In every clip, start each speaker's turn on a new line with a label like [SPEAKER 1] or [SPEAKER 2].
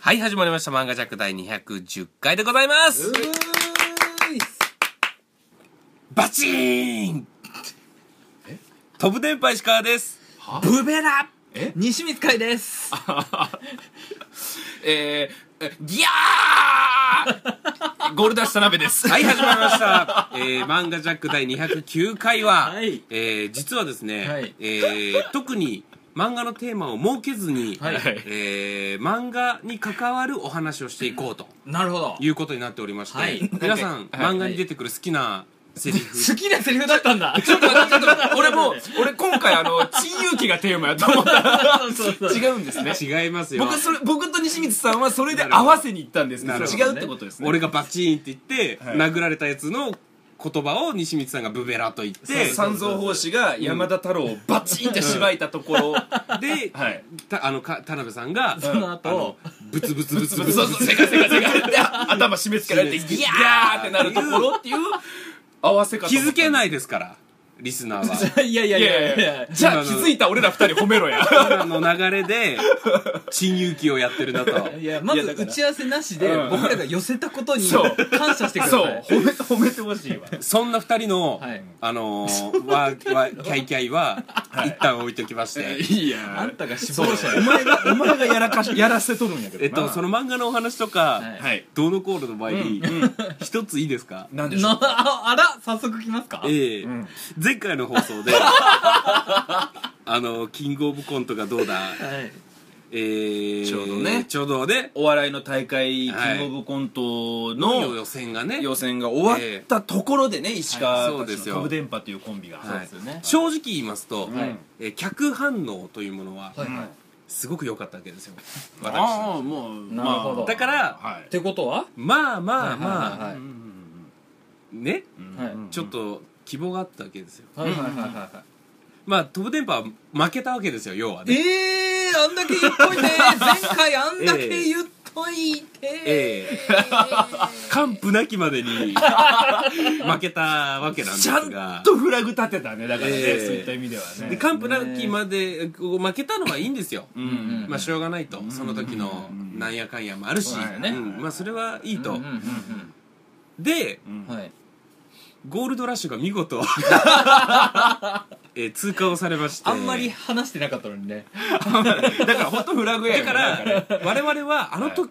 [SPEAKER 1] はい、始まりました。漫画ジャック第210回でございます。バチーン飛ぶ電波石川です。ブベラ
[SPEAKER 2] 西光海 です。
[SPEAKER 3] えー、えギャーゴールダッシュ田辺です。
[SPEAKER 1] はい、始まりま した。えー、漫画ジャック第209回は、
[SPEAKER 2] はい
[SPEAKER 1] えー、実はですね、
[SPEAKER 2] はい
[SPEAKER 1] えー、特に漫画のテーマを設けずに、
[SPEAKER 2] はい
[SPEAKER 1] えー、漫画に関わるお話をしていこうと
[SPEAKER 2] なるほど。
[SPEAKER 1] いうことになっておりまして、
[SPEAKER 2] はい
[SPEAKER 1] 皆さん、
[SPEAKER 3] はい
[SPEAKER 1] 漫画に出てくる好きなセリフ、
[SPEAKER 2] 好きなセリフだったんだ。
[SPEAKER 3] ちょっと待って、ちょっと待って、俺もう、俺今回あの、珍勇気がテーマ やと思ったら、
[SPEAKER 2] そうそうそう。
[SPEAKER 3] 違うんですね。
[SPEAKER 1] 違いますよ。
[SPEAKER 3] 僕、それ、僕と西光さんはそれで合わせに行ったんですけど、
[SPEAKER 1] なるほど
[SPEAKER 3] 違うってことですね。
[SPEAKER 1] 俺がバチーンって言って、
[SPEAKER 3] はい
[SPEAKER 1] 殴られたやつの言葉を西光さんがブベラと言って
[SPEAKER 3] 三蔵法師が山田太郎をバチンってしばいたところ、
[SPEAKER 1] で、
[SPEAKER 3] はい。
[SPEAKER 1] たあのか田辺さんが
[SPEAKER 2] その後
[SPEAKER 1] あのブツブツブツブツ
[SPEAKER 3] そうそう、せかせかせかで、頭締め付けられて、
[SPEAKER 1] 締め付け
[SPEAKER 3] ギャーってなるところっていう合わせ方。
[SPEAKER 1] 気づけ
[SPEAKER 3] い。
[SPEAKER 1] ないですからリスナーは
[SPEAKER 2] いやいや
[SPEAKER 3] い
[SPEAKER 2] い
[SPEAKER 3] や
[SPEAKER 2] やい
[SPEAKER 3] いやい
[SPEAKER 2] や
[SPEAKER 3] や。じゃあ気づいた俺ら二人褒めろや。
[SPEAKER 1] 今の流れで珍遊記をやってるなと
[SPEAKER 2] いや、ま
[SPEAKER 3] いや
[SPEAKER 2] ず
[SPEAKER 3] だから
[SPEAKER 2] 打ち合わせなしで
[SPEAKER 3] うん
[SPEAKER 2] 僕らが寄せたことに
[SPEAKER 3] そう
[SPEAKER 2] 感謝してくだ
[SPEAKER 3] そう
[SPEAKER 2] さい。
[SPEAKER 3] 褒め褒めてほしいわ
[SPEAKER 1] そんな二人の、
[SPEAKER 2] はい
[SPEAKER 1] あのー、わーわーキャイキャイは、一旦置いときまして
[SPEAKER 3] いや
[SPEAKER 2] あんたが死亡者
[SPEAKER 3] お
[SPEAKER 2] や。
[SPEAKER 3] 前がお前がやらかしやらせとるんやけどな
[SPEAKER 1] えっとその漫画のお話とか、
[SPEAKER 2] はい
[SPEAKER 3] はい
[SPEAKER 1] どうのこうのの前に、一ついいですか
[SPEAKER 3] なんでし
[SPEAKER 2] の
[SPEAKER 3] ょう
[SPEAKER 2] ああら早速来ますか。
[SPEAKER 1] ええ
[SPEAKER 3] ん
[SPEAKER 1] 前回の放送であのキングオブコントがどうだ、
[SPEAKER 2] はい。
[SPEAKER 1] えー
[SPEAKER 3] ちょうどね
[SPEAKER 1] ちょうどね
[SPEAKER 3] お笑いの大会キ
[SPEAKER 1] はい
[SPEAKER 3] ングオブコン
[SPEAKER 1] 予
[SPEAKER 3] トの
[SPEAKER 1] 選がね
[SPEAKER 3] 予選が終わったところでね石
[SPEAKER 1] はい
[SPEAKER 3] 川
[SPEAKER 1] そう
[SPEAKER 3] た
[SPEAKER 1] で
[SPEAKER 3] ち
[SPEAKER 1] すよ
[SPEAKER 3] の飛ぶ電波というコンビが
[SPEAKER 1] はい
[SPEAKER 2] そうですよね
[SPEAKER 1] 正直言いますと、
[SPEAKER 3] い
[SPEAKER 1] えー客反応というものは
[SPEAKER 2] はいはい。
[SPEAKER 1] すごく良かったわけですよ、
[SPEAKER 3] ああもう
[SPEAKER 2] なるほど
[SPEAKER 1] だから、
[SPEAKER 3] まあはい
[SPEAKER 2] ってことは？
[SPEAKER 1] まあまあまあ、
[SPEAKER 2] はい
[SPEAKER 3] うん
[SPEAKER 1] ね
[SPEAKER 3] うん
[SPEAKER 2] はい
[SPEAKER 3] うん
[SPEAKER 1] ちょっと希望があったわけですよ
[SPEAKER 2] はいはいはいはいは。
[SPEAKER 1] まあ飛ぶ電波は負けたわけですよ要はいね
[SPEAKER 2] ええー、あんだけ言っといて前回あんだけ言っといて。
[SPEAKER 1] ええ 完膚なきまでに負けたわけなんです
[SPEAKER 3] ち
[SPEAKER 1] が
[SPEAKER 3] ゃんとフラグ立てたねだからね
[SPEAKER 1] え
[SPEAKER 3] そう
[SPEAKER 1] え
[SPEAKER 3] いった意味では
[SPEAKER 1] で
[SPEAKER 3] ね
[SPEAKER 1] 完膚なきまでこう負けたのはいいんですよ、
[SPEAKER 3] うん
[SPEAKER 2] ん
[SPEAKER 1] まあしょうがないと、その時のなんやかんやもあるし、
[SPEAKER 2] そうだよね
[SPEAKER 1] んまあそれはいいと、
[SPEAKER 2] うんうん
[SPEAKER 1] で
[SPEAKER 2] うんうん。はい。
[SPEAKER 1] ゴールドラッシュが見事えー通過をされまして
[SPEAKER 2] あんまり話してなかったのにね。
[SPEAKER 3] だから本当フラグやよ
[SPEAKER 1] だ
[SPEAKER 3] ね
[SPEAKER 1] から我々はあのと
[SPEAKER 3] は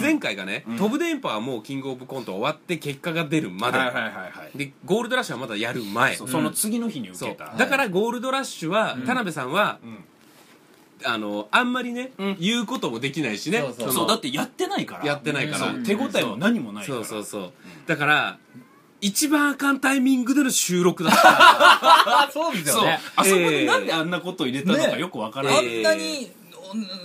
[SPEAKER 1] 前回がね、飛ぶ電波はもうキングオブコント終わって結果が出るまで、
[SPEAKER 3] はいはいはいはい
[SPEAKER 1] でゴールドラッシュはまだやる前
[SPEAKER 3] そ
[SPEAKER 1] そう
[SPEAKER 3] その次の日に受
[SPEAKER 1] う
[SPEAKER 3] けた
[SPEAKER 1] だからゴールドラッシュは、田辺さんは、
[SPEAKER 3] ん
[SPEAKER 1] あのあんまりね、
[SPEAKER 3] うん
[SPEAKER 1] 言うこともできないしね
[SPEAKER 2] そうそう
[SPEAKER 1] の
[SPEAKER 3] そうだってやってないから
[SPEAKER 1] やってないから、
[SPEAKER 3] そう手応えも何もないから
[SPEAKER 1] そうそうそうだから一番あかんタイミングでの収録だった
[SPEAKER 2] あ、 そうです
[SPEAKER 3] そ
[SPEAKER 2] よ
[SPEAKER 3] う
[SPEAKER 2] ね。
[SPEAKER 3] あそこでなんであんなことを入れたのかよくわから
[SPEAKER 1] ね
[SPEAKER 3] な
[SPEAKER 2] あ
[SPEAKER 3] い、
[SPEAKER 2] んなに、うん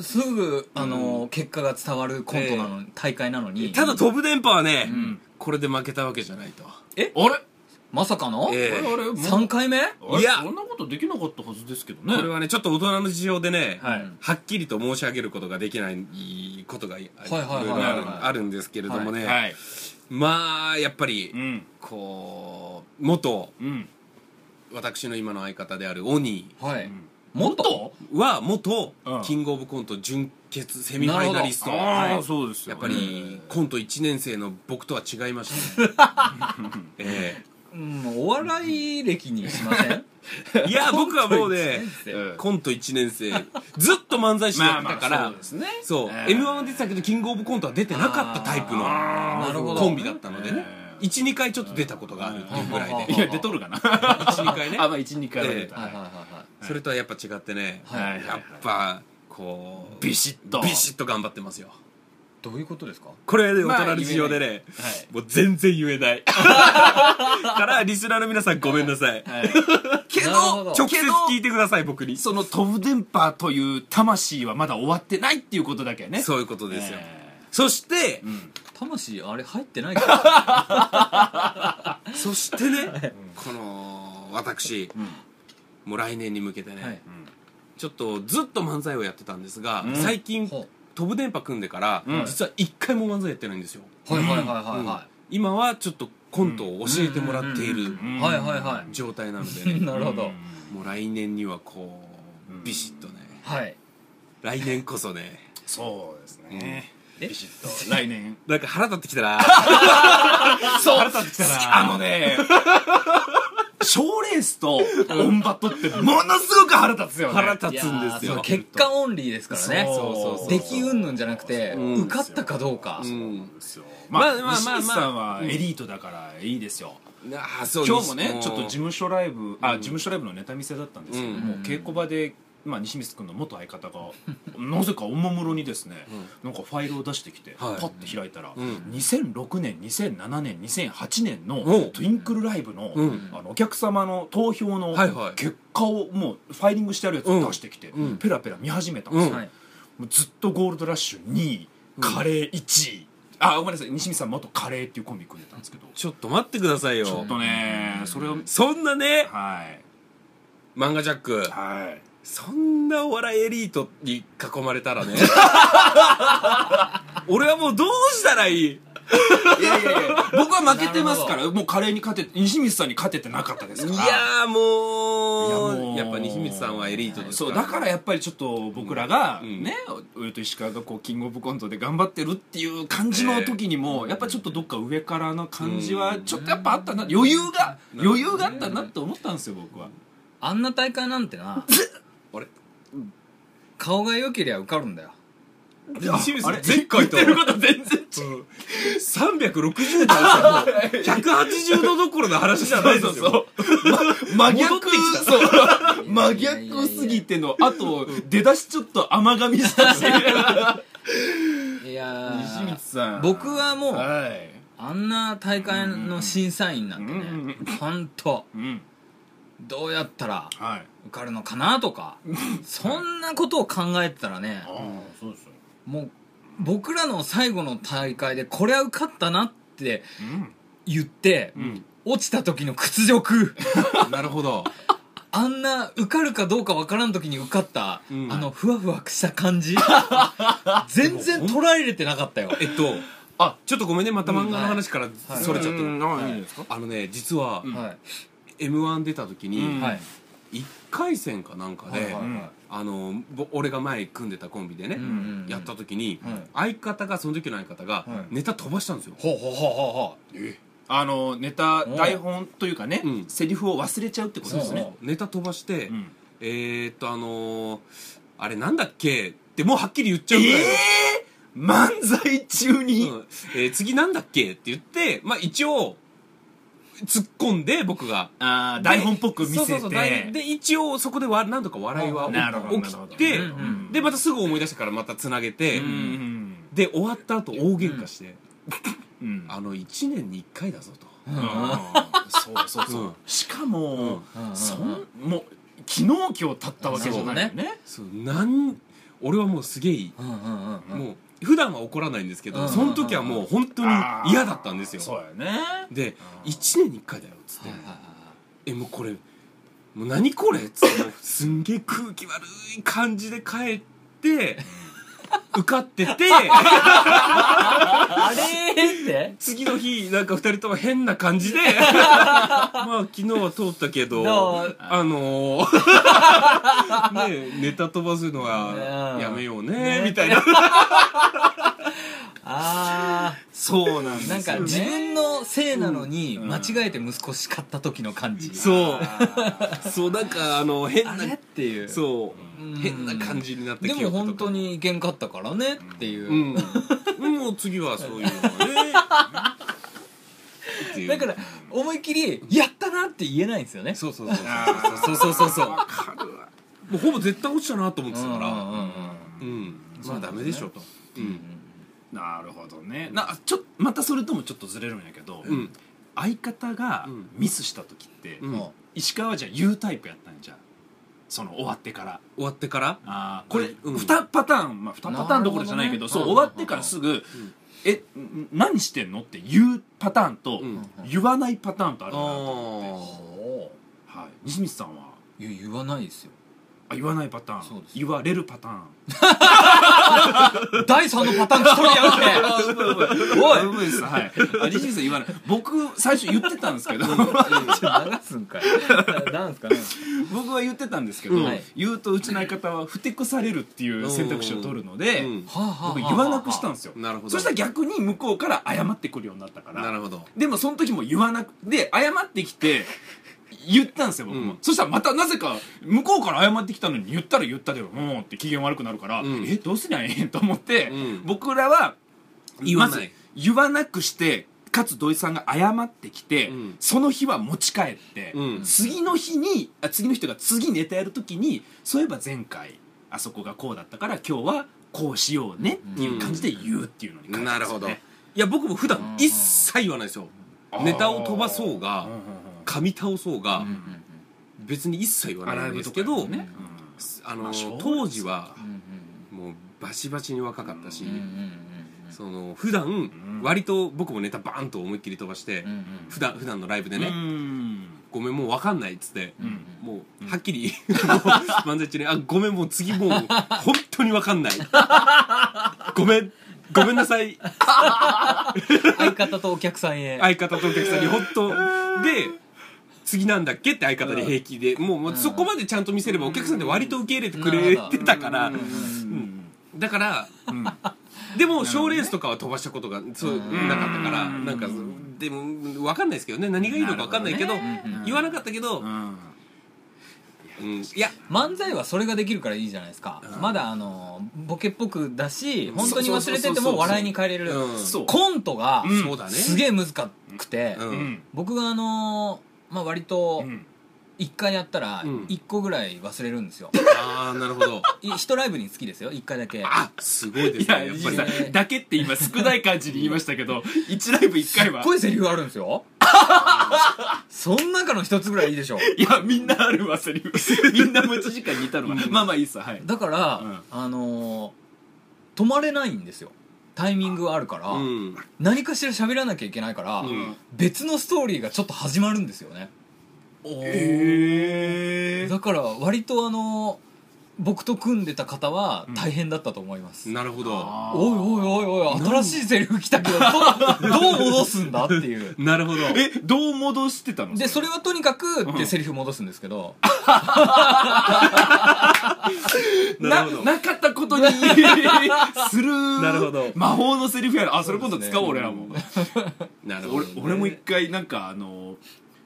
[SPEAKER 2] すぐ、あの、結果が伝わるコントなのに、大会なのに。
[SPEAKER 1] ただ、飛ぶ電波はね、これで負けたわけじゃないと
[SPEAKER 3] あれ
[SPEAKER 2] まさかの
[SPEAKER 1] ええ
[SPEAKER 3] あれもう
[SPEAKER 2] ?3 回目
[SPEAKER 3] あれ
[SPEAKER 1] いや
[SPEAKER 3] そんなことできなかったはずですけどね
[SPEAKER 1] これはねちょっと大人の事情でね、
[SPEAKER 3] はい
[SPEAKER 1] っきりと申し上げることができないことがい
[SPEAKER 2] はいはいはい
[SPEAKER 1] ろいろあるあるんですけれどもね、
[SPEAKER 3] はい
[SPEAKER 1] まあやっぱり、
[SPEAKER 3] うん
[SPEAKER 1] こう元
[SPEAKER 3] うん
[SPEAKER 1] 私の今の相方である鬼
[SPEAKER 2] はい。
[SPEAKER 3] も
[SPEAKER 2] もっと
[SPEAKER 1] は元、
[SPEAKER 3] うん
[SPEAKER 1] キングオブコント準決セミファイナリスト
[SPEAKER 3] ああそうです
[SPEAKER 1] や
[SPEAKER 3] よ
[SPEAKER 1] っぱりコント1年生の僕とは違いましたね え
[SPEAKER 2] うん、お笑い歴にしません
[SPEAKER 1] えいや 僕はもうね
[SPEAKER 3] ええ
[SPEAKER 1] コント1年生ずっと漫才師だったから、
[SPEAKER 3] まあまあそうですね
[SPEAKER 1] そう、
[SPEAKER 3] ええ
[SPEAKER 1] m 1は出てたけどキングオブコントは出てなかったタイプの
[SPEAKER 3] あー
[SPEAKER 2] なるほど
[SPEAKER 1] コンビだったのでね
[SPEAKER 3] ええ
[SPEAKER 1] 12回ちょっと出たことがあるっていうぐらいで
[SPEAKER 2] ええ
[SPEAKER 3] いや出とるかな
[SPEAKER 1] 12回ね
[SPEAKER 3] あまあ12回は出た、
[SPEAKER 2] はいはいは
[SPEAKER 1] それとはやっぱ違ってね、
[SPEAKER 2] いはい。はい。
[SPEAKER 3] い
[SPEAKER 1] やっぱこう
[SPEAKER 3] ビシッと
[SPEAKER 1] ビシッと頑張ってますよ
[SPEAKER 2] どういうことですか
[SPEAKER 1] これね大人の事情でね、
[SPEAKER 3] まあ言えないはい
[SPEAKER 1] もう全然言えない からリスナーの皆さんごめんなさい、
[SPEAKER 3] け
[SPEAKER 2] なるほど
[SPEAKER 3] ど
[SPEAKER 1] 直接
[SPEAKER 3] けど
[SPEAKER 1] 聞いてください僕に
[SPEAKER 3] その飛ぶ電波という魂はまだ終わってないっていうことだけね
[SPEAKER 1] そういうことですよ、そして、
[SPEAKER 2] 魂、あれ入ってないから。
[SPEAKER 1] そしてねこの私、もう来年に向けてね、
[SPEAKER 2] はい。
[SPEAKER 1] ちょっとずっと漫才をやってたんですが、
[SPEAKER 3] ん
[SPEAKER 1] 最近
[SPEAKER 2] ほ
[SPEAKER 1] 飛ぶ電波組んでから、
[SPEAKER 3] うん
[SPEAKER 1] 実は一回も漫才やってないんですよ、
[SPEAKER 2] うはいはいはいはいは
[SPEAKER 1] 今はちょっとコントを教えてもらっている
[SPEAKER 2] い。
[SPEAKER 3] ん
[SPEAKER 2] はいはいは
[SPEAKER 1] 状態なので
[SPEAKER 2] い。
[SPEAKER 1] ね
[SPEAKER 2] なるほど。
[SPEAKER 1] もう来年にはこ
[SPEAKER 3] う
[SPEAKER 1] うんビシッとね
[SPEAKER 2] はい。
[SPEAKER 1] 来年こそね
[SPEAKER 3] そうですね、ビ シッと来年
[SPEAKER 1] なんか腹立ってきた ら
[SPEAKER 3] そう
[SPEAKER 2] 腹立ってきたな
[SPEAKER 3] あのね賞レースとオンバトってものすごく腹立つよね
[SPEAKER 1] 腹
[SPEAKER 2] い
[SPEAKER 1] 立
[SPEAKER 2] や
[SPEAKER 1] つんです
[SPEAKER 2] ーそ
[SPEAKER 1] よ
[SPEAKER 2] の結果オンリーですからね
[SPEAKER 3] そうそうそうそう
[SPEAKER 2] 出来うんぬんじゃなくて、
[SPEAKER 1] うん
[SPEAKER 2] 受かったかどうか、
[SPEAKER 1] うん
[SPEAKER 3] ですよま
[SPEAKER 1] ま
[SPEAKER 3] あ
[SPEAKER 1] あまあまあまあ
[SPEAKER 3] 西口さんはエリートだからいいですよ
[SPEAKER 1] あーそう
[SPEAKER 3] 今日もね
[SPEAKER 1] ん
[SPEAKER 3] ちょっと事務所ライブあ事務所ライブのネタ見せだったんですけど
[SPEAKER 1] うん
[SPEAKER 3] もう稽古場でまあ西光君の元相 方がなぜかおもむろにですねなんかファイルを出してきてパ
[SPEAKER 1] はい
[SPEAKER 3] ッて開いたら
[SPEAKER 1] うん
[SPEAKER 3] 2006年2007年2008年の
[SPEAKER 1] うん
[SPEAKER 3] トゥインクルライブの
[SPEAKER 1] うん
[SPEAKER 3] あのお客様の投票の
[SPEAKER 1] はいはい
[SPEAKER 3] 結果をもうファイリングしてあるやつを出してきて
[SPEAKER 1] うん
[SPEAKER 3] ペラペラ見始めたんですよ
[SPEAKER 1] うん
[SPEAKER 2] はい
[SPEAKER 3] もうずっとゴールドラッシュ2位カレー1位あごめんなさい西光さん元カレーっていうコンビ組んでたんですけど
[SPEAKER 1] ちょっと待ってください
[SPEAKER 3] ちょ
[SPEAKER 1] よ
[SPEAKER 3] っとねそれを
[SPEAKER 1] そんなね
[SPEAKER 3] はい
[SPEAKER 1] 漫画ジャック
[SPEAKER 3] はい
[SPEAKER 1] そんなお笑いエリートに囲まれたら ね俺はもうどうしたらいい
[SPEAKER 3] いやいやいや僕は負けてますからもうカレーに勝て西光さんに勝ててなかったです
[SPEAKER 1] い
[SPEAKER 3] から
[SPEAKER 1] やーもう
[SPEAKER 3] いやもう
[SPEAKER 1] やっぱ西光さんはエリートです
[SPEAKER 3] そうだから
[SPEAKER 1] や
[SPEAKER 3] やっぱりちょっと僕らが
[SPEAKER 1] うん
[SPEAKER 3] ね、上と石川がこうキングオブコントで頑張ってるっていう感じの時にも、やっぱちょっとどっか上からの感じは
[SPEAKER 1] うん
[SPEAKER 3] ちょっとやっぱあったな余裕が
[SPEAKER 1] うん
[SPEAKER 3] 余裕があったなって思ったんですよ僕は
[SPEAKER 2] あんな大会なんてな
[SPEAKER 1] あれ
[SPEAKER 2] 顔が良けりゃ受かるんだよ
[SPEAKER 1] 西光
[SPEAKER 3] あ
[SPEAKER 1] さ
[SPEAKER 3] れ
[SPEAKER 1] ん前回と
[SPEAKER 3] 言ってること全然
[SPEAKER 1] 360度さもう180度どころの話じゃないですよ
[SPEAKER 3] そう、ま、真逆そう 真逆すぎてのあと出だしちょっと甘噛みした し
[SPEAKER 2] いやー
[SPEAKER 3] 西光さん
[SPEAKER 2] 僕はもう
[SPEAKER 3] はい
[SPEAKER 2] あんな大会の審査員なんて
[SPEAKER 3] うんうん
[SPEAKER 2] ね本当
[SPEAKER 3] うん
[SPEAKER 2] どうやったら
[SPEAKER 3] はい
[SPEAKER 2] 受かるのかなと かそんなことを考えてたらね
[SPEAKER 3] ああそうですよ
[SPEAKER 2] もう僕らの最後の大会でこれは受かったなって言って
[SPEAKER 3] うん
[SPEAKER 2] 落ちた時の屈辱
[SPEAKER 1] なるほど
[SPEAKER 2] あんな受かるかどうかわからん時に受かった、
[SPEAKER 1] うん
[SPEAKER 2] あのふわふわした感じ全然捉えれてなかったよ
[SPEAKER 1] えっと
[SPEAKER 3] あ
[SPEAKER 1] ちょっとごめんねまた漫画の話から
[SPEAKER 2] はい
[SPEAKER 1] それちゃって
[SPEAKER 3] うん
[SPEAKER 1] る
[SPEAKER 3] あいいですか
[SPEAKER 1] あのね実は
[SPEAKER 3] うん
[SPEAKER 2] は
[SPEAKER 1] m 1出た時
[SPEAKER 3] うん
[SPEAKER 2] い
[SPEAKER 1] に
[SPEAKER 2] はい
[SPEAKER 1] 1回戦かなんか
[SPEAKER 2] はい
[SPEAKER 1] で
[SPEAKER 2] はい
[SPEAKER 3] うん
[SPEAKER 1] あのぼ俺が前組んでたコンビでね
[SPEAKER 2] うんうんうん
[SPEAKER 1] やった時に
[SPEAKER 2] はい
[SPEAKER 1] 相方がその時の相方が
[SPEAKER 2] はい
[SPEAKER 1] ネタ飛ばしたんですよ
[SPEAKER 2] ほうほうほうほうほう
[SPEAKER 3] あのネタ
[SPEAKER 2] うん
[SPEAKER 3] 台本というかね、
[SPEAKER 1] うん
[SPEAKER 3] セリフを忘れちゃうってことですね、
[SPEAKER 1] ネタ飛ばして、
[SPEAKER 3] うん
[SPEAKER 1] えー、っとあのー、あれなんだっけってもうはっきり言っちゃうぐらいの、
[SPEAKER 3] 漫才中に、
[SPEAKER 1] うんえー次なんだっけって言ってまあ一応突っ込んで僕が
[SPEAKER 3] ああ
[SPEAKER 1] で
[SPEAKER 3] 台本っぽく見せて
[SPEAKER 1] そうそうそう台で一応そこでわなんとか笑いは
[SPEAKER 3] なるほ
[SPEAKER 1] 起
[SPEAKER 3] どなる
[SPEAKER 1] き
[SPEAKER 3] ほど
[SPEAKER 1] て、
[SPEAKER 2] うんうん
[SPEAKER 1] でまたすぐ思い出したからまたつなげて、
[SPEAKER 3] うん
[SPEAKER 1] で終わった後大喧嘩して、
[SPEAKER 3] うんうん
[SPEAKER 1] あの1年に1回だぞと、
[SPEAKER 3] そうそうそう、
[SPEAKER 1] うん
[SPEAKER 3] しかも、
[SPEAKER 2] うんうんうん
[SPEAKER 3] そんもう昨日今日経ったわけじゃないよね
[SPEAKER 1] そうなん俺はもうすげえ
[SPEAKER 2] うんうんうんうん
[SPEAKER 1] もう普段は怒らないんですけ
[SPEAKER 2] うん
[SPEAKER 1] どその時はもう本当に嫌だったんですよ
[SPEAKER 3] そうやね
[SPEAKER 1] で
[SPEAKER 3] うん
[SPEAKER 1] 1年に1回だよっつって
[SPEAKER 2] はいはいはい
[SPEAKER 1] 「えもうこれもう何これ」っつってもうすんげえ空気悪い感じで帰って受かってて
[SPEAKER 2] あれーって
[SPEAKER 1] 次の日なんか2人とも変な感 じでまあ昨日は通ったけ
[SPEAKER 2] ど
[SPEAKER 1] ど
[SPEAKER 2] う
[SPEAKER 1] あのー ねえネタ飛ばすのはやめようね
[SPEAKER 2] ね
[SPEAKER 1] みたいな
[SPEAKER 2] あ
[SPEAKER 3] そうなんで
[SPEAKER 2] あ
[SPEAKER 3] す
[SPEAKER 2] なんか
[SPEAKER 3] よ
[SPEAKER 2] 自分のせいなのに
[SPEAKER 3] うん
[SPEAKER 2] 間違えて息子叱った時の感じ
[SPEAKER 1] そう
[SPEAKER 3] あ
[SPEAKER 1] そうなんかあの変
[SPEAKER 2] あ
[SPEAKER 1] な
[SPEAKER 2] れっていう
[SPEAKER 1] そううん変な感じになって
[SPEAKER 2] で
[SPEAKER 1] 記
[SPEAKER 2] も
[SPEAKER 1] 憶とか
[SPEAKER 2] 本当に喧嘩あったからねっていうう、
[SPEAKER 1] んもう次はそういうのが ねっていう
[SPEAKER 2] だから思いっきり「やったな!」って言えないんですよね
[SPEAKER 1] そうそうそうそう
[SPEAKER 3] ー
[SPEAKER 2] そうそうそうそう
[SPEAKER 3] わかるわ
[SPEAKER 1] もうほぼ絶対落ちたなと思ってたか
[SPEAKER 2] うんうん
[SPEAKER 1] ら
[SPEAKER 2] うん
[SPEAKER 1] うんまあダメでしょとうん
[SPEAKER 3] なるほどねなちょまたそれともちょっとずれるんやけど、
[SPEAKER 1] うん
[SPEAKER 3] 相方が
[SPEAKER 1] うん
[SPEAKER 3] ミスした時って、
[SPEAKER 1] うん
[SPEAKER 2] も
[SPEAKER 3] 石川はじゃあ U タイプやったんじゃんその終わってから
[SPEAKER 1] 終わってから
[SPEAKER 3] あーこれ
[SPEAKER 1] うん
[SPEAKER 3] 2パターン、まあ、2パターンどころじゃないけど
[SPEAKER 2] なるほ
[SPEAKER 3] そう
[SPEAKER 2] どね
[SPEAKER 3] 終わってからすぐ「えん何してんの?」って言うパターンと、
[SPEAKER 1] うん
[SPEAKER 3] 言わないパターンとあるなと思って、
[SPEAKER 1] あ
[SPEAKER 2] う
[SPEAKER 1] あ
[SPEAKER 2] ほ
[SPEAKER 3] はい、西光さんは
[SPEAKER 2] ういや言わないですよ
[SPEAKER 3] あ言わないパター
[SPEAKER 2] そう
[SPEAKER 3] ン
[SPEAKER 2] です
[SPEAKER 3] 言われるパター ン
[SPEAKER 2] 第3のパターン一人やんけ
[SPEAKER 3] おいそうですはいあリジンさん言わない僕最初言ってたんですけど
[SPEAKER 2] ちょっと流すんかいなんすかね
[SPEAKER 3] 僕は言ってたんですけど、
[SPEAKER 2] うん
[SPEAKER 3] 言うとうちの相方はふてくされるっていう選択肢を取るので、
[SPEAKER 1] うん
[SPEAKER 2] はあはあはあ
[SPEAKER 3] 僕言わなくしたんですよ
[SPEAKER 1] なるほど
[SPEAKER 3] そしたら逆に向こうから謝ってくるようになったから
[SPEAKER 1] なるほど
[SPEAKER 3] でもその時も言わなくで謝ってきて言ったんですよ僕も、
[SPEAKER 1] うん
[SPEAKER 3] そしたらまたなぜか向こうから謝ってきたのに言ったら言ったでもうって機嫌悪くなるから、
[SPEAKER 1] うん
[SPEAKER 3] えどうすりゃええんと思って、
[SPEAKER 1] うん
[SPEAKER 3] 僕らは
[SPEAKER 1] 言わない
[SPEAKER 3] まず言わなくしてかつ土井さんが謝ってきて、
[SPEAKER 1] うん
[SPEAKER 3] その日は持ち帰って、
[SPEAKER 1] うん
[SPEAKER 3] 次の日にあ次の人が次ネタやる時にそういえば前回あそこがこうだったから今日はこうしようねっていう感じで言うっていうのに変えた
[SPEAKER 1] なん
[SPEAKER 3] で
[SPEAKER 1] る
[SPEAKER 3] すよ
[SPEAKER 1] ほ
[SPEAKER 3] ね
[SPEAKER 1] どいや僕も普段一切言わないですよ
[SPEAKER 3] あー
[SPEAKER 1] ネタを飛ばそうが
[SPEAKER 3] うんうんうん
[SPEAKER 1] 噛み倒そうが
[SPEAKER 2] うん
[SPEAKER 1] 別に一切言わないんですけど
[SPEAKER 2] ね
[SPEAKER 1] あ
[SPEAKER 3] ま
[SPEAKER 1] の
[SPEAKER 3] あしょうがない
[SPEAKER 1] 当時は
[SPEAKER 2] うん
[SPEAKER 1] もうバチバチに若かったし
[SPEAKER 2] うんうんうんうんうん
[SPEAKER 1] その普段
[SPEAKER 3] ん
[SPEAKER 1] 割と僕もネタバーンと思いっきり飛ばして
[SPEAKER 2] うんうん
[SPEAKER 1] 普段普段のライブで
[SPEAKER 3] ね
[SPEAKER 1] ね「ごめんもう分かんない」っつって
[SPEAKER 2] うんうん
[SPEAKER 1] もうはっきり 漫才中に「あごめんもう次もう本当に分かんない」「ごめんごめんなさい」
[SPEAKER 2] 相方とお客さんへ
[SPEAKER 1] 相方とお客さんに本当で次なんだっけって相方に平気でもうもうそこまでちゃんと見せればお客さんって割と受け入れてくれてたからだから
[SPEAKER 3] うん
[SPEAKER 1] でも賞レースとかは飛ばしたことがそう
[SPEAKER 2] うん
[SPEAKER 1] なかったからなんかそうでも分かんないですけどね何がいいのか分かんないけど
[SPEAKER 3] なるほどね
[SPEAKER 1] 言わなかったけどうんいや
[SPEAKER 2] 漫才はそれができるからいいじゃないですか、まだあのボケっぽくだし本当に忘れて
[SPEAKER 3] そう
[SPEAKER 2] て
[SPEAKER 3] そうそうそ
[SPEAKER 2] も
[SPEAKER 3] う
[SPEAKER 2] 笑いに変えれる
[SPEAKER 1] うん
[SPEAKER 3] そう
[SPEAKER 2] コントが、
[SPEAKER 3] うん
[SPEAKER 1] そうだね
[SPEAKER 2] すげえ難しくて、
[SPEAKER 1] うん
[SPEAKER 3] うん
[SPEAKER 2] 僕があのーまあ、割と
[SPEAKER 3] うん
[SPEAKER 2] 1回やったら
[SPEAKER 1] うん
[SPEAKER 2] 1個ぐらい忘れるんですよ、
[SPEAKER 1] ああなるほど
[SPEAKER 2] い一ライブに好きですよ1回だけ
[SPEAKER 1] あすごいで
[SPEAKER 3] い
[SPEAKER 1] す
[SPEAKER 3] や
[SPEAKER 1] ねやっ
[SPEAKER 3] リ
[SPEAKER 1] ぱ
[SPEAKER 3] ジ
[SPEAKER 1] り
[SPEAKER 3] さんだけって今少ない感じに言いましたけど1ライブ1回は
[SPEAKER 2] こういうセリフあるんで すよそん中の一つぐらいいいでしょ
[SPEAKER 3] いやみんなあるわセリフみんな持ち時間にいたのはまあまあいいっすはい
[SPEAKER 2] だから、
[SPEAKER 3] うん
[SPEAKER 2] あのー止まれないんですよタイミングがあるから、
[SPEAKER 1] うん
[SPEAKER 2] 何かしら喋らなきゃいけないから、
[SPEAKER 1] ん
[SPEAKER 2] 別のストーリーがちょっと始まるんですよね
[SPEAKER 3] へ
[SPEAKER 2] だから割とあの僕と組んでた方は
[SPEAKER 3] うん
[SPEAKER 2] 大変だったと思います、
[SPEAKER 1] なるほど
[SPEAKER 2] おいおいおいおい新しいセリフ来たけどどどう戻すんだっていう
[SPEAKER 1] なるほど
[SPEAKER 3] えどう戻してたの
[SPEAKER 2] でそれ
[SPEAKER 3] は
[SPEAKER 2] はとにかくってセリフ戻すんですけど、
[SPEAKER 1] な
[SPEAKER 3] な
[SPEAKER 1] るほど
[SPEAKER 3] なかったことにする
[SPEAKER 1] なるほど
[SPEAKER 3] 魔法のセリフやろあそれ今度使おう
[SPEAKER 2] そうですね
[SPEAKER 3] 俺らも
[SPEAKER 1] なるほ
[SPEAKER 3] 俺
[SPEAKER 1] どね
[SPEAKER 3] 俺も一回なんかあの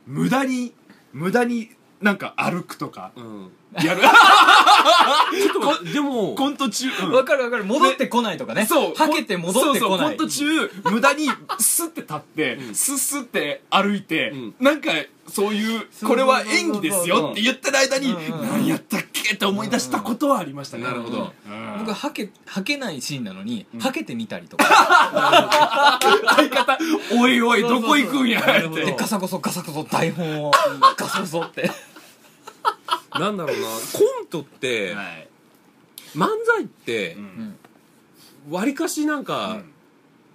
[SPEAKER 3] 無駄に無駄になんか歩くとか
[SPEAKER 1] うん
[SPEAKER 3] やる
[SPEAKER 1] ちょっと待ってでも
[SPEAKER 3] コント中、うん
[SPEAKER 2] わかるわかる戻ってこないとかね
[SPEAKER 3] そう
[SPEAKER 2] はけて戻ってこ
[SPEAKER 3] そうそうコ
[SPEAKER 2] ない
[SPEAKER 3] ント中無駄にスッて立って、スッスッて歩いて、
[SPEAKER 1] うん
[SPEAKER 3] なんかそういう
[SPEAKER 2] そう
[SPEAKER 3] これは演技ですよって言ってる間
[SPEAKER 2] う
[SPEAKER 3] に、
[SPEAKER 2] んうん
[SPEAKER 3] 何やったっけって思い出したことはありましたね、
[SPEAKER 1] なるほど
[SPEAKER 3] うん
[SPEAKER 2] 僕はけはけないシーンなのに、はけてみたりとか
[SPEAKER 3] 相方おいおい
[SPEAKER 2] そうそうそう
[SPEAKER 3] どこ行くんや
[SPEAKER 1] なる
[SPEAKER 3] っ
[SPEAKER 1] ほ
[SPEAKER 3] て
[SPEAKER 1] ど
[SPEAKER 2] でガサゴソガサゴソ台本をガサゴソって
[SPEAKER 1] なんだろうなコントって
[SPEAKER 3] はい
[SPEAKER 1] 漫才って
[SPEAKER 3] うん
[SPEAKER 1] わりかしなん
[SPEAKER 3] う
[SPEAKER 1] か
[SPEAKER 3] ん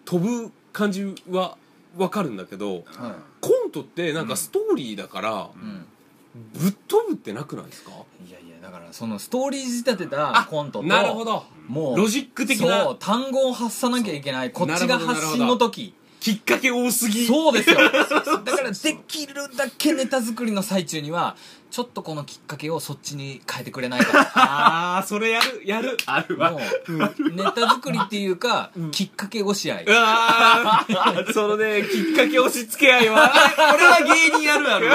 [SPEAKER 1] 飛ぶ感じはわかるんだけど
[SPEAKER 2] はい
[SPEAKER 1] コントってなんかストーリーだから
[SPEAKER 2] うん
[SPEAKER 1] ぶっ飛ぶってなくないですか
[SPEAKER 2] いやいやだからそのストーリー仕立てたコントと
[SPEAKER 1] なるほど
[SPEAKER 2] もう
[SPEAKER 1] ロジック的な
[SPEAKER 2] そう単語を発さなきゃいけないこっ
[SPEAKER 1] な
[SPEAKER 2] ちが
[SPEAKER 1] るほど
[SPEAKER 2] 発信の時
[SPEAKER 1] きっかけ多すぎ
[SPEAKER 2] そうですよ だからできるだけネタ作りの最中にはちょっとこのきっかけをそっちに変えてくれないか
[SPEAKER 1] ああそれやるやる
[SPEAKER 3] ある
[SPEAKER 2] ら
[SPEAKER 3] わ
[SPEAKER 2] もうネタ作りっていうかきっかけご試合
[SPEAKER 1] うわーそのねきっかけ押し付け合いは
[SPEAKER 3] これは芸人ある ある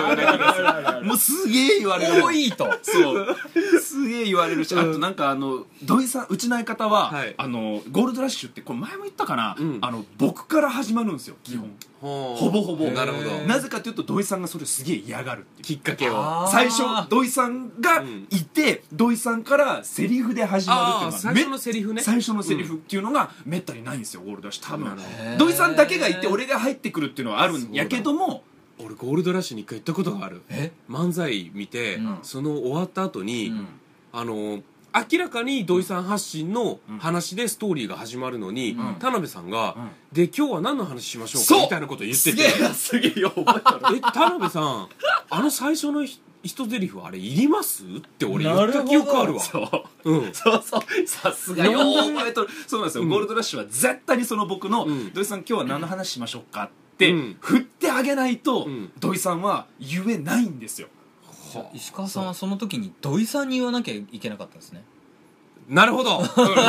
[SPEAKER 3] よねもうすげえ言われる
[SPEAKER 2] 多いと
[SPEAKER 3] そうすげえ言われるし、あとなんかあの土井さんうちの相方は、
[SPEAKER 1] はい
[SPEAKER 3] あのゴールドラッシュってこれ前も言ったかな、
[SPEAKER 1] うん
[SPEAKER 3] あの僕から始まるんですよ基本、
[SPEAKER 1] ほ
[SPEAKER 3] ほぼほぼ
[SPEAKER 1] なるほど
[SPEAKER 3] なぜかというと土井さんがそれすげえ嫌がるっていう
[SPEAKER 1] きっかけを
[SPEAKER 2] あー
[SPEAKER 3] 最初土井さんが
[SPEAKER 1] うん
[SPEAKER 3] いて、土井さんからセリフで始まるっていうのが
[SPEAKER 1] あー最初のセリフね
[SPEAKER 3] 最初のセリフっていうのがめったにないんですよゴールドラッシュ多分
[SPEAKER 2] へー
[SPEAKER 3] 土井さんだけがいて俺が入ってくるっていうのはあるんやけど も
[SPEAKER 1] 俺ゴールドラッシュに一回行ったことがある
[SPEAKER 2] え
[SPEAKER 1] 漫才見て、
[SPEAKER 2] うん
[SPEAKER 1] その終わった後に、
[SPEAKER 2] うん
[SPEAKER 1] あの明らかに土井さん発信の話でストーリーが始まるのに、
[SPEAKER 2] ん
[SPEAKER 1] 田辺さんが、
[SPEAKER 3] うん
[SPEAKER 1] で今日は何の話しましょう
[SPEAKER 3] そう
[SPEAKER 1] かみたいなことを言って
[SPEAKER 3] す
[SPEAKER 1] て
[SPEAKER 3] げえすげえよ覚えた
[SPEAKER 1] え田辺さんあの最初のひ一台詞あれいりますって俺言った記憶あるわ
[SPEAKER 3] そう
[SPEAKER 1] うん
[SPEAKER 3] そうそうさす がよう覚えとるそうなんですよ、
[SPEAKER 1] うん
[SPEAKER 3] ゴールドラッシュは絶対にその僕の、
[SPEAKER 1] うん
[SPEAKER 3] 土井さん今日は何の話しましょうかって、
[SPEAKER 1] うん
[SPEAKER 3] 振ってあげないと、
[SPEAKER 1] うん
[SPEAKER 3] 土井さんは言えないんですよ
[SPEAKER 2] 石川さんはその時に土井さんに言わなきゃいけなかったんですね
[SPEAKER 1] なるほど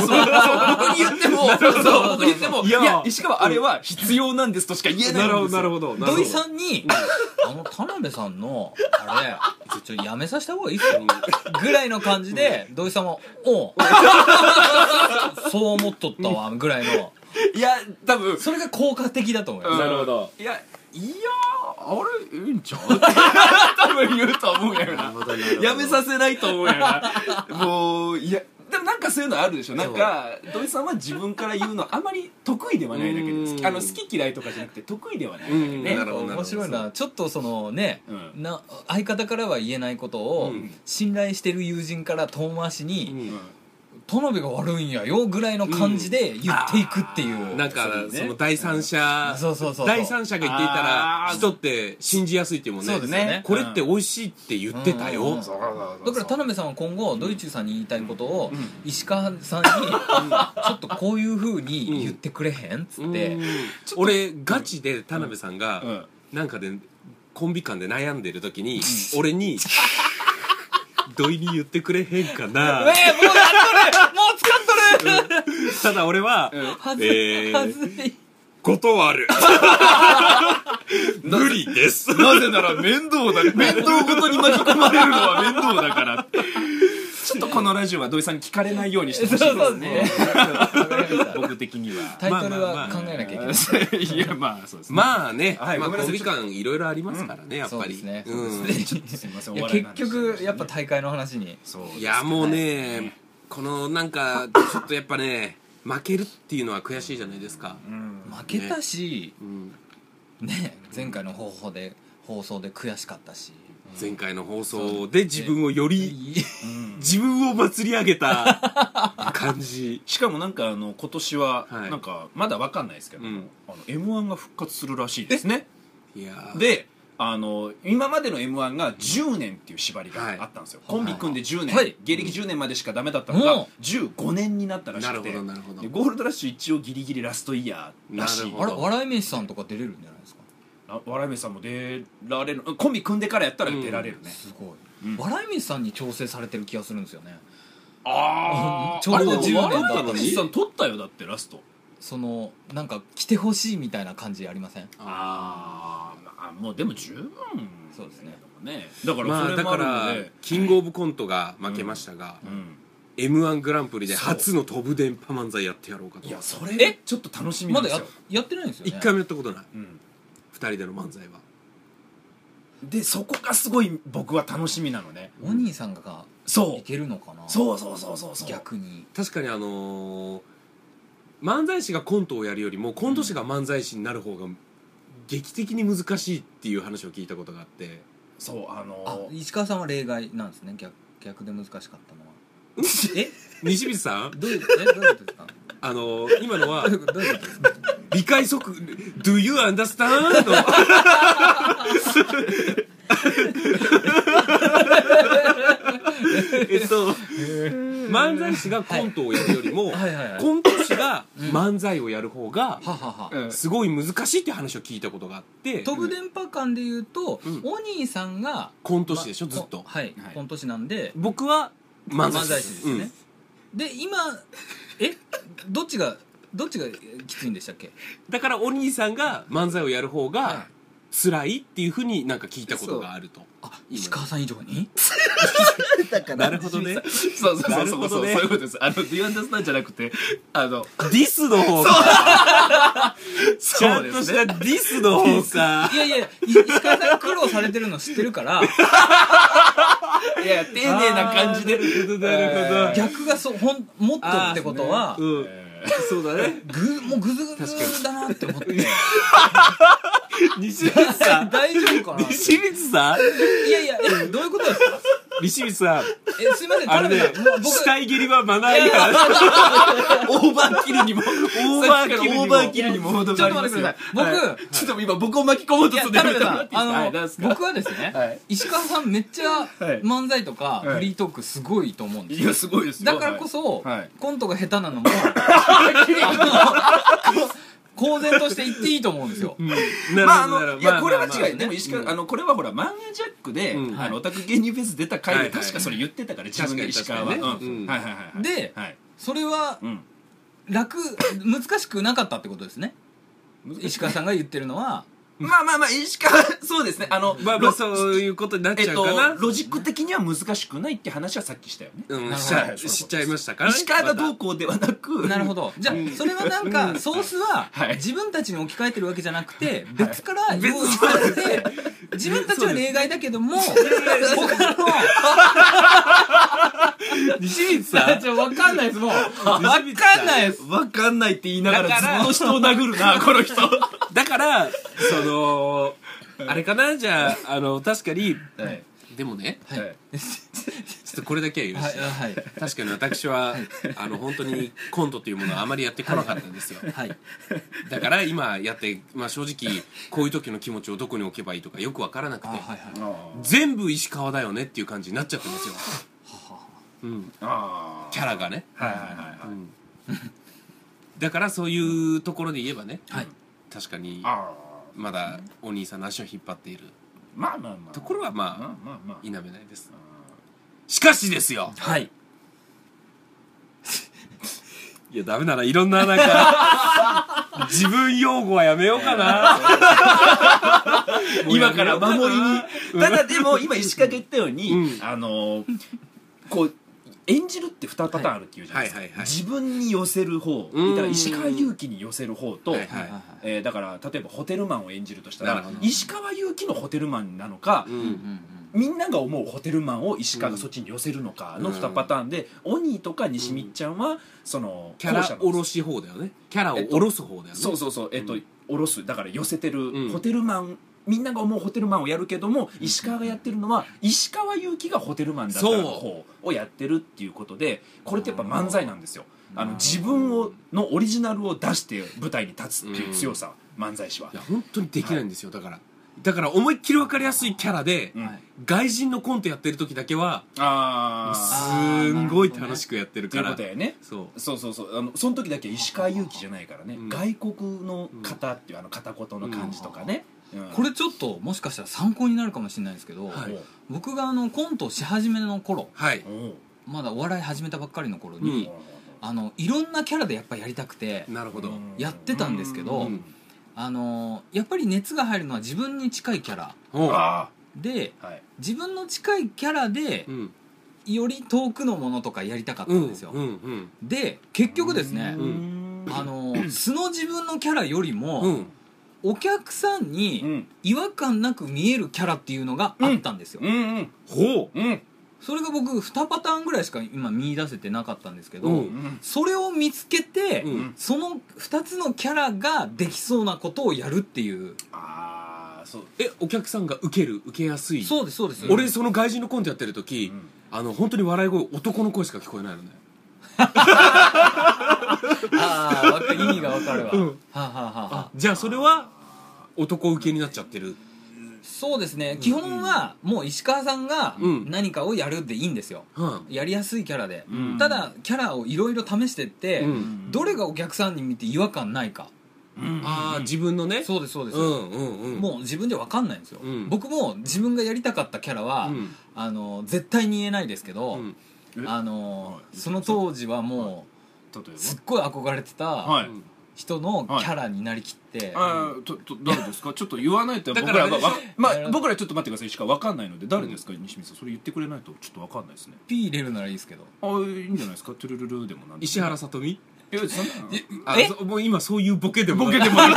[SPEAKER 3] 僕に言っ ても、そう僕に言っても、
[SPEAKER 1] い
[SPEAKER 3] い
[SPEAKER 1] や
[SPEAKER 3] や、石川、あれは必要なんですとしか言えな
[SPEAKER 1] な
[SPEAKER 3] い
[SPEAKER 1] るほど
[SPEAKER 3] んです
[SPEAKER 1] なる
[SPEAKER 3] よ。
[SPEAKER 1] ほどなるほど
[SPEAKER 2] 土井さんに「あの田辺さんのあれちょっとやめさせた方がいいっすよ」ぐらいの感じで土井さんは「おうそう思っとったわ」ぐらいの
[SPEAKER 3] いや、多分、
[SPEAKER 2] それが効果的だと思います
[SPEAKER 1] なるほど
[SPEAKER 3] いや、いや、あれ、いいんちゃう 多分言うと思うんやろな。 やめさせないと思うやろな。 もう、いや、でもなんかそういうのあるでしょなんか土井さんは自分から言うのあまり得意ではないだ
[SPEAKER 1] う
[SPEAKER 3] けで
[SPEAKER 1] ん
[SPEAKER 3] 好きあの好き嫌いとかじゃなくて得意ではない、
[SPEAKER 1] うん
[SPEAKER 3] ね
[SPEAKER 1] なるほどなるほど
[SPEAKER 2] 面白いなちょっとそのね、
[SPEAKER 3] うん
[SPEAKER 2] な相方からは言えないことを
[SPEAKER 1] うん
[SPEAKER 2] 信頼してる友人から遠回しに
[SPEAKER 1] う
[SPEAKER 2] 「
[SPEAKER 1] ん
[SPEAKER 2] 田辺が悪いんやよぐらいの感じで言っていくっていう、
[SPEAKER 3] うん
[SPEAKER 1] なんか
[SPEAKER 3] そうね
[SPEAKER 1] その第三者
[SPEAKER 2] そうそうそう
[SPEAKER 1] 第三者が言っていたら
[SPEAKER 3] あー
[SPEAKER 1] 人って信じやすいっていうもん
[SPEAKER 2] そう
[SPEAKER 1] ね
[SPEAKER 2] ですよね
[SPEAKER 1] これって美味しいって言ってた
[SPEAKER 2] うんうんう
[SPEAKER 1] よ
[SPEAKER 2] んだから田辺さんは今後ドイツさんに言いたいことを
[SPEAKER 3] うん
[SPEAKER 2] 石川さんに「ちょっとこういうふうに言ってくれへん?」っつって
[SPEAKER 1] うん俺ガチで田辺さんが、
[SPEAKER 3] うん
[SPEAKER 1] なんかでコンビ間で悩んでる時に、俺 に「土井に言ってくれへんか
[SPEAKER 2] 「え
[SPEAKER 1] な」
[SPEAKER 2] ー、もうやっとるもう使っとる!
[SPEAKER 1] ただ俺は」
[SPEAKER 2] はず
[SPEAKER 1] え
[SPEAKER 2] いは
[SPEAKER 1] ー、
[SPEAKER 2] ずい
[SPEAKER 1] 断 る無理です
[SPEAKER 3] なぜなら面倒 だ、面倒ごとに巻き込まれるのは面倒だから。 ちょっとこのラジオは土井さんに聞かれないようにして
[SPEAKER 2] そ
[SPEAKER 3] ほ
[SPEAKER 2] う
[SPEAKER 3] しいで
[SPEAKER 2] そ
[SPEAKER 3] す
[SPEAKER 2] う
[SPEAKER 3] ね
[SPEAKER 2] で。すねわかりました
[SPEAKER 3] 僕的には。
[SPEAKER 2] タイトルは考えなきゃいけない
[SPEAKER 3] いや、まあ、そうですね。
[SPEAKER 1] まあね、
[SPEAKER 3] はい
[SPEAKER 1] まあ、
[SPEAKER 3] ごめんな
[SPEAKER 1] コン
[SPEAKER 3] さい
[SPEAKER 1] ビ間いろいろありますからね、やっ
[SPEAKER 2] そう
[SPEAKER 1] ぱ
[SPEAKER 2] で
[SPEAKER 1] り
[SPEAKER 2] すね
[SPEAKER 1] うん
[SPEAKER 2] そうですね
[SPEAKER 3] すいません、
[SPEAKER 2] い
[SPEAKER 3] お
[SPEAKER 2] や
[SPEAKER 3] 笑いの
[SPEAKER 2] 結
[SPEAKER 3] 話
[SPEAKER 2] 局やっぱ大会の話に
[SPEAKER 3] そうですね
[SPEAKER 1] いやもうねこのなんかちょっとやっぱね負けるっていうのは悔しいじゃないですか、
[SPEAKER 3] うん
[SPEAKER 2] 負けたし
[SPEAKER 1] うん
[SPEAKER 2] ね前回の方法で放送で悔しかったし
[SPEAKER 1] 前回の放送で自分をより
[SPEAKER 2] いい
[SPEAKER 1] 自分を祭り上げた感じ
[SPEAKER 3] しかもなんかあの今年は
[SPEAKER 1] はい
[SPEAKER 3] なんかまだわかんないですけど、
[SPEAKER 1] うん
[SPEAKER 3] あの M1 が復活するらしいですね
[SPEAKER 1] いやー
[SPEAKER 3] であの今までの m 1が10年っていう縛りがあったんですよ、
[SPEAKER 2] はい
[SPEAKER 3] コンビ組んで10年、
[SPEAKER 2] はい
[SPEAKER 3] 芸歴10年までしかダメだったのが、
[SPEAKER 2] うん
[SPEAKER 3] 15年になったらし
[SPEAKER 1] な
[SPEAKER 3] く
[SPEAKER 1] るほ
[SPEAKER 3] て
[SPEAKER 1] どなるほど
[SPEAKER 3] でゴールドラッシュ一応ギリギリラストイヤーらし
[SPEAKER 1] な
[SPEAKER 3] い
[SPEAKER 1] る
[SPEAKER 2] あ
[SPEAKER 1] ほ
[SPEAKER 2] れ
[SPEAKER 1] ど
[SPEAKER 2] 笑い飯さんとか出れるんじゃないですか
[SPEAKER 3] あ笑い飯さんも出られるうんコンビ組んでからやったら出られるね、
[SPEAKER 2] すご
[SPEAKER 3] う
[SPEAKER 2] い
[SPEAKER 3] ん
[SPEAKER 2] 笑い飯さんに調整されてる気がするんですよね
[SPEAKER 3] あ
[SPEAKER 2] うん
[SPEAKER 3] あ
[SPEAKER 2] ちょうど
[SPEAKER 3] あれで
[SPEAKER 2] 10
[SPEAKER 3] も
[SPEAKER 2] 年だったのに
[SPEAKER 3] 笑い飯さん取ったよだってラスト
[SPEAKER 2] そのなんか来てほしいみたいな感じありません
[SPEAKER 3] ああもうでも十分
[SPEAKER 2] そうですね
[SPEAKER 3] ねだから
[SPEAKER 1] ま
[SPEAKER 3] そ
[SPEAKER 1] あ
[SPEAKER 3] れ
[SPEAKER 1] だ
[SPEAKER 3] もあ
[SPEAKER 1] か
[SPEAKER 3] る
[SPEAKER 1] ら
[SPEAKER 3] ので、
[SPEAKER 1] キングオブコントが負けましたが、
[SPEAKER 3] うん、
[SPEAKER 1] m 1グランプリで初の飛ぶ電波漫才やってやろうかと
[SPEAKER 3] いや
[SPEAKER 1] 一
[SPEAKER 3] それ
[SPEAKER 2] え
[SPEAKER 3] ちょっと楽しみな
[SPEAKER 2] ま
[SPEAKER 3] ん
[SPEAKER 2] だ
[SPEAKER 3] です
[SPEAKER 2] やや
[SPEAKER 3] よ、
[SPEAKER 2] ってないんですよね
[SPEAKER 1] 回もやったことない
[SPEAKER 3] うん
[SPEAKER 1] 二人での漫才は
[SPEAKER 3] でそこがすごい僕は楽しみなのね
[SPEAKER 2] お兄さんが
[SPEAKER 3] そ
[SPEAKER 2] いうけるのかな
[SPEAKER 3] そうそうそうそうそう
[SPEAKER 2] 逆に
[SPEAKER 1] 確かにあのー漫才師がコントをやるよりもコント師が漫才師になる方が劇的に難しいっていう話を聞いたことがあって
[SPEAKER 3] そうあ
[SPEAKER 2] あ
[SPEAKER 3] のー
[SPEAKER 2] 石川さんは例外なんですね逆逆で難しかったのはえ
[SPEAKER 1] 西光さん
[SPEAKER 2] どういうえどういうことですか
[SPEAKER 1] あのー今のは
[SPEAKER 2] どういうことどういうことですか
[SPEAKER 1] 理解即「Do you understand?」の えっと 漫才師がコントをやるよりも、
[SPEAKER 2] はいはいはい
[SPEAKER 1] コント師が漫才をやる方が
[SPEAKER 2] ははは
[SPEAKER 3] うん
[SPEAKER 1] すごい難しいって話を聞いたことがあって
[SPEAKER 2] 飛ぶ電波間で言うと、
[SPEAKER 1] うん
[SPEAKER 2] お兄さんが
[SPEAKER 1] コント師でしょ
[SPEAKER 2] ま
[SPEAKER 1] ずっと
[SPEAKER 2] こはい、
[SPEAKER 3] はい
[SPEAKER 2] コント師なんで
[SPEAKER 1] 僕は
[SPEAKER 2] 漫
[SPEAKER 1] 漫才
[SPEAKER 2] 才
[SPEAKER 1] 師
[SPEAKER 2] 師ですよね、で今えどっちがどっちがきついんでしたっけ
[SPEAKER 1] うんだからお兄さんが漫才をやる方
[SPEAKER 2] は
[SPEAKER 1] が辛いっていうふうになんか聞いたことがあると
[SPEAKER 2] あ石川さん以上に
[SPEAKER 1] なるほどねデ
[SPEAKER 3] そうそうそうそう
[SPEAKER 1] なるほ
[SPEAKER 3] そう、
[SPEAKER 1] どね
[SPEAKER 3] そういうことですあの「Do you understand?」じゃなくてあの
[SPEAKER 1] ィスの方がちゃ
[SPEAKER 3] そうんで
[SPEAKER 1] と
[SPEAKER 3] す
[SPEAKER 1] した
[SPEAKER 3] ね
[SPEAKER 1] ディスの方か
[SPEAKER 2] いやいやい石川さん苦労されてるの知ってるから
[SPEAKER 3] い や丁寧な感じで
[SPEAKER 1] あーなるほどなるほど
[SPEAKER 2] 逆がそうほんもっとってことは、
[SPEAKER 1] うん
[SPEAKER 3] え
[SPEAKER 1] そうだ ね
[SPEAKER 2] ぐもうグズグズだなって思って
[SPEAKER 1] 西光さん
[SPEAKER 2] 大丈夫かな
[SPEAKER 1] 西光さん
[SPEAKER 2] いやいやえどういうことですか
[SPEAKER 1] 西光さん、
[SPEAKER 2] え、すいません、
[SPEAKER 1] あ
[SPEAKER 2] 田
[SPEAKER 1] れ
[SPEAKER 2] 辺
[SPEAKER 1] ね
[SPEAKER 2] さん。もう、僕
[SPEAKER 1] 死、体蹴りはマナー違反。
[SPEAKER 3] オーバーキルにも、オー
[SPEAKER 1] バーキルにも
[SPEAKER 3] オーバーキルにも程があります
[SPEAKER 2] ち
[SPEAKER 3] よ
[SPEAKER 2] ょっと待ってください僕
[SPEAKER 3] はいちょっと今僕を巻き込もう
[SPEAKER 2] い
[SPEAKER 3] と
[SPEAKER 2] や、
[SPEAKER 3] する
[SPEAKER 2] 田辺さん、
[SPEAKER 3] は
[SPEAKER 2] あ
[SPEAKER 3] いなん
[SPEAKER 2] の
[SPEAKER 3] す、か
[SPEAKER 2] 僕はですね、
[SPEAKER 3] はい
[SPEAKER 2] 石川さんめっちゃ
[SPEAKER 3] はい
[SPEAKER 2] 漫才とか
[SPEAKER 3] はい
[SPEAKER 2] フリートークすごいと思うんです
[SPEAKER 3] い
[SPEAKER 2] よ。
[SPEAKER 3] や、すごいですよ
[SPEAKER 2] だからこ、そ、
[SPEAKER 3] はい
[SPEAKER 2] コントが下手なのも、公然として言っていいと思うんですよ。
[SPEAKER 1] なる
[SPEAKER 3] まあ、あ
[SPEAKER 1] ほどなるほ
[SPEAKER 3] の、
[SPEAKER 1] ど
[SPEAKER 3] いや、これは
[SPEAKER 1] まあまあ
[SPEAKER 3] 違う。でも、石川、あの、これはほら、マンガジャックで、
[SPEAKER 1] うん
[SPEAKER 3] あの、オタク芸人フェス出た回
[SPEAKER 1] は
[SPEAKER 3] で、
[SPEAKER 1] いはい
[SPEAKER 3] 確かそれ言ってたから、自分が石川は。
[SPEAKER 1] 確かに確か
[SPEAKER 3] う
[SPEAKER 1] にね
[SPEAKER 3] んはいはいはい。
[SPEAKER 2] で
[SPEAKER 3] はい。
[SPEAKER 2] それは
[SPEAKER 3] うん。
[SPEAKER 2] 楽、難しくなかったってことですね。石川さんが言ってるのは、
[SPEAKER 3] まあまあまあ、石川、 そうですね。あの、
[SPEAKER 1] まあまあ、そういうことになっ
[SPEAKER 3] え
[SPEAKER 1] ち
[SPEAKER 3] っ
[SPEAKER 1] ゃう
[SPEAKER 3] と
[SPEAKER 1] かな、。
[SPEAKER 3] ロジック的には難しくないって話はさっきしたよね。
[SPEAKER 1] うん、
[SPEAKER 2] なる
[SPEAKER 1] し
[SPEAKER 2] ほ
[SPEAKER 1] ち
[SPEAKER 2] ど
[SPEAKER 1] ゃ知っちゃいましたから、
[SPEAKER 3] 石川がどう
[SPEAKER 1] う
[SPEAKER 3] こうではなく、
[SPEAKER 2] なるほど。じゃあ、それはなんか、ソースは
[SPEAKER 3] はい、
[SPEAKER 2] 自分たちに置き換えてるわけじゃなくて、別から用意されて、自分たちは例外だけども、他の、
[SPEAKER 1] 西光
[SPEAKER 2] いや
[SPEAKER 1] さ
[SPEAKER 2] ちょわかんないです、もう。わかんない です。
[SPEAKER 3] わかんないって言いなが
[SPEAKER 1] だから
[SPEAKER 3] らずっと人を殴 るな、この人。は
[SPEAKER 1] んだからそのあれかなじゃああの確かに
[SPEAKER 3] い。
[SPEAKER 1] でもね
[SPEAKER 2] はい。はい。
[SPEAKER 1] ちょっとこれだけは許して、
[SPEAKER 2] はい。
[SPEAKER 1] 確かに私はあの本当にコントというものはあまりやってこなかったんですよ
[SPEAKER 2] はい。
[SPEAKER 1] だから今やって、まあ、正直こういう時の気持ちをどこに置けばいいとかよく分からなく
[SPEAKER 2] あ、
[SPEAKER 1] て、
[SPEAKER 2] はいはい。
[SPEAKER 1] 全部石川だよねっていう感じになっちゃってますよ、うん、
[SPEAKER 3] あ
[SPEAKER 1] キャラがね
[SPEAKER 3] あ。はいはいはいはい。
[SPEAKER 1] だからそういうところで言えばね、
[SPEAKER 2] はい
[SPEAKER 1] 確かに
[SPEAKER 3] ああ。
[SPEAKER 1] まだお兄さんの足を引っ張っている
[SPEAKER 3] まあまあまあ。
[SPEAKER 1] ところは
[SPEAKER 3] まあ
[SPEAKER 1] まあ
[SPEAKER 3] まあまあ。
[SPEAKER 1] 否めないですしかしですよ
[SPEAKER 2] はい。
[SPEAKER 1] いやダメだないろんななんか 自分用語はやめようか な
[SPEAKER 3] 今から守りに
[SPEAKER 1] うん
[SPEAKER 3] ただでも今石川が言ったように、
[SPEAKER 1] うん
[SPEAKER 3] あのーこう演じるって2パターンあるっていうじゃないですか、
[SPEAKER 1] はいはいはい
[SPEAKER 3] 自分に寄せる方だ
[SPEAKER 1] うん
[SPEAKER 3] から石川祐希に寄せる方と、
[SPEAKER 1] はいはい
[SPEAKER 2] はい
[SPEAKER 3] えーだから例えばホテルマンを演じるとした
[SPEAKER 1] な
[SPEAKER 3] ら
[SPEAKER 1] るほど
[SPEAKER 3] 石川祐希のホテルマンなのか、
[SPEAKER 1] う
[SPEAKER 2] うん
[SPEAKER 1] ん
[SPEAKER 3] みんなが思うホテルマンを石川がそっちに寄せるのかの2パターンで、オニーとか西光ちゃんはその
[SPEAKER 1] キャラ
[SPEAKER 3] 後者の
[SPEAKER 1] 下ろし方だよねキャラを下ろす方だよね、
[SPEAKER 3] そうそうそうえっと、下ろすだから寄せてる、
[SPEAKER 1] うん
[SPEAKER 3] ホテルマンみんなが思うホテルマンをやるけども石川がやってるのは石川祐希がホテルマンだったらの方をやってるっていうことでこれってやっぱ漫才なんですよあの自分をのオリジナルを出して舞台に立つっていう強さ、漫才師はい
[SPEAKER 1] や本当にできないんですよ、だからだから思いっきり分かりやすいキャラで、
[SPEAKER 3] うん
[SPEAKER 2] はい
[SPEAKER 1] 外人のコントやってる時だけは
[SPEAKER 3] あ
[SPEAKER 1] すんごい楽しくやってる
[SPEAKER 3] あとい
[SPEAKER 1] か
[SPEAKER 3] う
[SPEAKER 1] ら、
[SPEAKER 3] ことやね
[SPEAKER 1] そう
[SPEAKER 3] そうそうそうあのその時だけ石川祐希じゃないからね、
[SPEAKER 1] うん
[SPEAKER 3] 外国の方っていうあの片言の感じとかね、うん
[SPEAKER 2] これちょっと、もしかしたら参考になるかもしれないんですけど、
[SPEAKER 1] はい
[SPEAKER 2] 僕があの、コントをし始めの頃、
[SPEAKER 1] はい
[SPEAKER 3] おう
[SPEAKER 2] まだお笑い始めたばっかりの頃
[SPEAKER 1] う
[SPEAKER 2] に、
[SPEAKER 1] ん
[SPEAKER 2] あの、いろんなキャラでやっぱやりたくて、
[SPEAKER 1] なるほど、
[SPEAKER 2] やってたんですけど
[SPEAKER 3] うん
[SPEAKER 2] あの、やっぱり熱が入るのは自分に近いキャラ
[SPEAKER 1] おう
[SPEAKER 3] あ
[SPEAKER 2] で、
[SPEAKER 3] あはい
[SPEAKER 2] 自分の近いキャラで
[SPEAKER 1] う、ん
[SPEAKER 2] より遠くのものとかやりたかった
[SPEAKER 1] うんん
[SPEAKER 2] ですよ。
[SPEAKER 1] うんうん
[SPEAKER 2] で、結局ですね、
[SPEAKER 3] うん
[SPEAKER 2] あの素の自分のキャラよりも、
[SPEAKER 1] うん
[SPEAKER 2] お客さん
[SPEAKER 3] う
[SPEAKER 2] に
[SPEAKER 3] ん
[SPEAKER 2] 違和感なく見えるキャラっていうのがあったんですよ、
[SPEAKER 3] うんうん
[SPEAKER 1] ほ
[SPEAKER 3] うん
[SPEAKER 2] それが僕2パターンぐらいしか今見出せてなかったんですけど、
[SPEAKER 1] うん
[SPEAKER 2] それを見つけて、
[SPEAKER 1] う、うん、
[SPEAKER 2] その2つのキャラができそうなことをやるっていう
[SPEAKER 3] ああそう
[SPEAKER 1] えお客さんが受ける受けやすい
[SPEAKER 2] そうですそうです
[SPEAKER 1] 俺その外人のコントやってる時、
[SPEAKER 3] うん
[SPEAKER 1] あの本当に笑い声男の声しか聞こえないのね
[SPEAKER 2] ああわか意味がわかるわ、
[SPEAKER 1] うん
[SPEAKER 2] はあ、はあはあはあ、
[SPEAKER 1] じゃあそれは男受けになっちゃってる
[SPEAKER 2] そうですね基本はもう石川さんが
[SPEAKER 1] うん
[SPEAKER 2] 何かをやるでいいんですよ
[SPEAKER 1] うん
[SPEAKER 2] やりやすいキャラで、
[SPEAKER 3] うん
[SPEAKER 2] ただキャラをいろいろ試してって、
[SPEAKER 1] うん
[SPEAKER 2] どれがお客さんに見て違和感ないか
[SPEAKER 1] ああ自分のね
[SPEAKER 2] そうですそうです、
[SPEAKER 1] うんうんうん
[SPEAKER 2] もう自分で分かんないんですよ、
[SPEAKER 1] うん
[SPEAKER 2] 僕も自分がやりたかったキャラは、
[SPEAKER 1] うん
[SPEAKER 2] あの絶対に言えないですけど、
[SPEAKER 1] うん
[SPEAKER 2] あの
[SPEAKER 3] はい
[SPEAKER 2] その当時はも
[SPEAKER 3] 例え
[SPEAKER 2] うすっごい憧れて
[SPEAKER 3] は
[SPEAKER 2] た
[SPEAKER 3] い
[SPEAKER 2] 人のキャラになりきって、
[SPEAKER 3] あーとと誰ですかち ょっと言わないと
[SPEAKER 1] だ
[SPEAKER 3] 僕
[SPEAKER 1] からら
[SPEAKER 3] はわま
[SPEAKER 2] あれ
[SPEAKER 3] あ僕らちょっと待ってくださいしかわかんないので誰ですか西水さんそれ言ってくれないとちょっとわかんないですね
[SPEAKER 2] P 入れるならいいですけど
[SPEAKER 3] ああいいんじゃないですかトゥルルルでもなんでも
[SPEAKER 1] 石原さとみ
[SPEAKER 3] いやそんなの
[SPEAKER 1] あ
[SPEAKER 2] え
[SPEAKER 1] そもう今そういうボケでも
[SPEAKER 3] ボケで
[SPEAKER 1] も
[SPEAKER 3] もない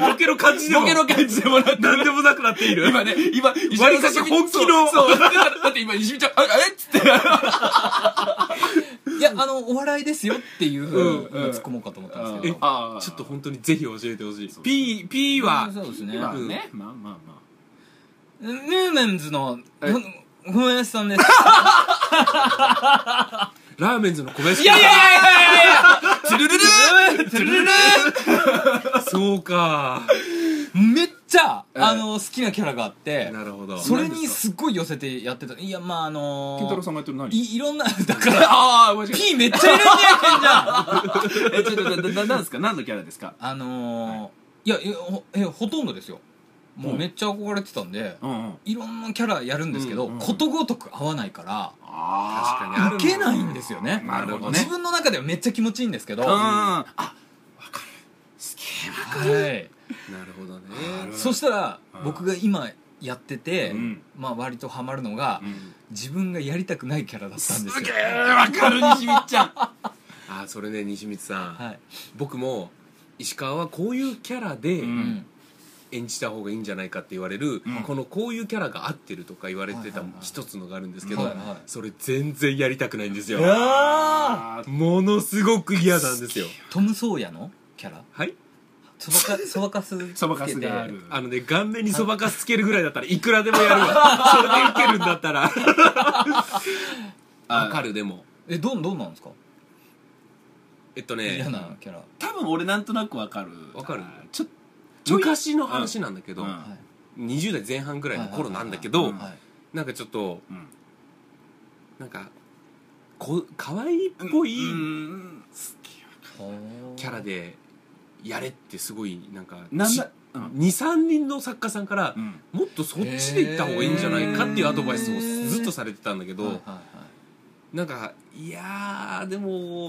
[SPEAKER 1] ボケの感じでも
[SPEAKER 3] ボケの感じでもなく
[SPEAKER 1] 何でもなくなっている
[SPEAKER 3] 今ね今石
[SPEAKER 1] 割か
[SPEAKER 3] さ
[SPEAKER 1] し
[SPEAKER 3] ん
[SPEAKER 1] 本気の
[SPEAKER 3] そうそうだからだって今西水ちゃんあえっつって
[SPEAKER 2] いやあのお笑いですよっていうふうに
[SPEAKER 3] うんうん
[SPEAKER 2] 突っ込もうかと思ったんですけど、
[SPEAKER 1] え
[SPEAKER 3] あー
[SPEAKER 1] ちょっと本当にぜひ教えてほしい
[SPEAKER 3] そう
[SPEAKER 1] P, P は
[SPEAKER 2] そうですね
[SPEAKER 3] まあ
[SPEAKER 1] うん
[SPEAKER 3] ねまあまあまあ
[SPEAKER 2] ヌーメンズの、
[SPEAKER 3] え
[SPEAKER 2] ほん小林さんです。
[SPEAKER 1] ラーメンズの小林
[SPEAKER 2] いやいやいやいやいやいや
[SPEAKER 1] トゥルルルトゥルルルそうか
[SPEAKER 2] めっちゃ、
[SPEAKER 3] ええ
[SPEAKER 2] あの、好きなキャラがあって、
[SPEAKER 1] なるほど
[SPEAKER 2] それにすっごい寄せてやってた。いや、まあ、あのー、
[SPEAKER 3] 健太郎さんがやってる何
[SPEAKER 2] い、いろんな、 だから、
[SPEAKER 3] ああ、間違え
[SPEAKER 2] P めっちゃいるんじゃん、じゃん。
[SPEAKER 3] た。え、ちょっと、な、な、なんですか何のキャラですか
[SPEAKER 2] あのー、いや、えほえ、ほとんどですよ。も
[SPEAKER 3] う
[SPEAKER 2] うんめっちゃ憧れてたんで、
[SPEAKER 3] うんうん。
[SPEAKER 2] いろんなキャラやるんですけど、
[SPEAKER 3] うんうん
[SPEAKER 2] ことごとく合わないから、
[SPEAKER 3] あ
[SPEAKER 1] 確かに
[SPEAKER 2] いけないんですよね。
[SPEAKER 3] なるほどね
[SPEAKER 2] 自分の中ではめっちゃ気持ちいいんですけど、
[SPEAKER 3] うん。
[SPEAKER 2] は
[SPEAKER 3] あ、
[SPEAKER 2] い。
[SPEAKER 1] なるほどね
[SPEAKER 3] うん
[SPEAKER 2] そしたら
[SPEAKER 3] うん
[SPEAKER 2] 僕が今やってて、
[SPEAKER 3] うん
[SPEAKER 2] まあ割とハマるのが、
[SPEAKER 3] うん
[SPEAKER 2] 自分がやりたくないキャラだったんですよ。
[SPEAKER 3] わかる、西光ちゃん。
[SPEAKER 1] あそれね西光さん
[SPEAKER 2] はい。
[SPEAKER 1] 僕も石川はこういうキャラで
[SPEAKER 2] う
[SPEAKER 3] うん
[SPEAKER 2] ん
[SPEAKER 1] 演じた方がいいんじゃないかって言われる、
[SPEAKER 3] うん
[SPEAKER 1] このこういうキャラが合ってるとか言われてた
[SPEAKER 2] はいはいはい
[SPEAKER 1] 一つのがあるんですけど、
[SPEAKER 2] はいはい
[SPEAKER 1] それ全然やりたくないんですよ
[SPEAKER 2] うわー
[SPEAKER 3] あ
[SPEAKER 1] ものすごく嫌なんですよ
[SPEAKER 2] トム・ソーヤのキャラ
[SPEAKER 1] はい
[SPEAKER 2] そばか、そばかすつけて。
[SPEAKER 3] そばかすがある。
[SPEAKER 1] あのね顔面にそばかすつけるぐらいだったらいくらでもやるわそれでいけるんだったらわか
[SPEAKER 3] る。
[SPEAKER 1] るでも
[SPEAKER 2] え、どん、どうなんですか
[SPEAKER 1] えっと
[SPEAKER 2] 嫌
[SPEAKER 1] ね
[SPEAKER 2] なキャラ。
[SPEAKER 3] 多分俺なんとなくわかる。
[SPEAKER 1] わかる
[SPEAKER 3] ちょっちょい
[SPEAKER 1] 昔の話なんだけど、
[SPEAKER 3] うん
[SPEAKER 2] はい
[SPEAKER 1] 20代前半ぐらいの頃なんだけど、
[SPEAKER 2] はい
[SPEAKER 3] うん
[SPEAKER 2] はい
[SPEAKER 1] なんかちょっと
[SPEAKER 3] うん
[SPEAKER 1] なんかこ可愛いっぽい
[SPEAKER 3] うん。
[SPEAKER 1] キャラでやれってすごいなんか
[SPEAKER 3] なんだ、うん。
[SPEAKER 1] 23人の作家さんから
[SPEAKER 3] うん。
[SPEAKER 1] もっとそっちで行った方がいいんじゃないかっていうアドバイスをずっとされてたんだけど、
[SPEAKER 2] はいはいはい
[SPEAKER 1] なんかいやーでも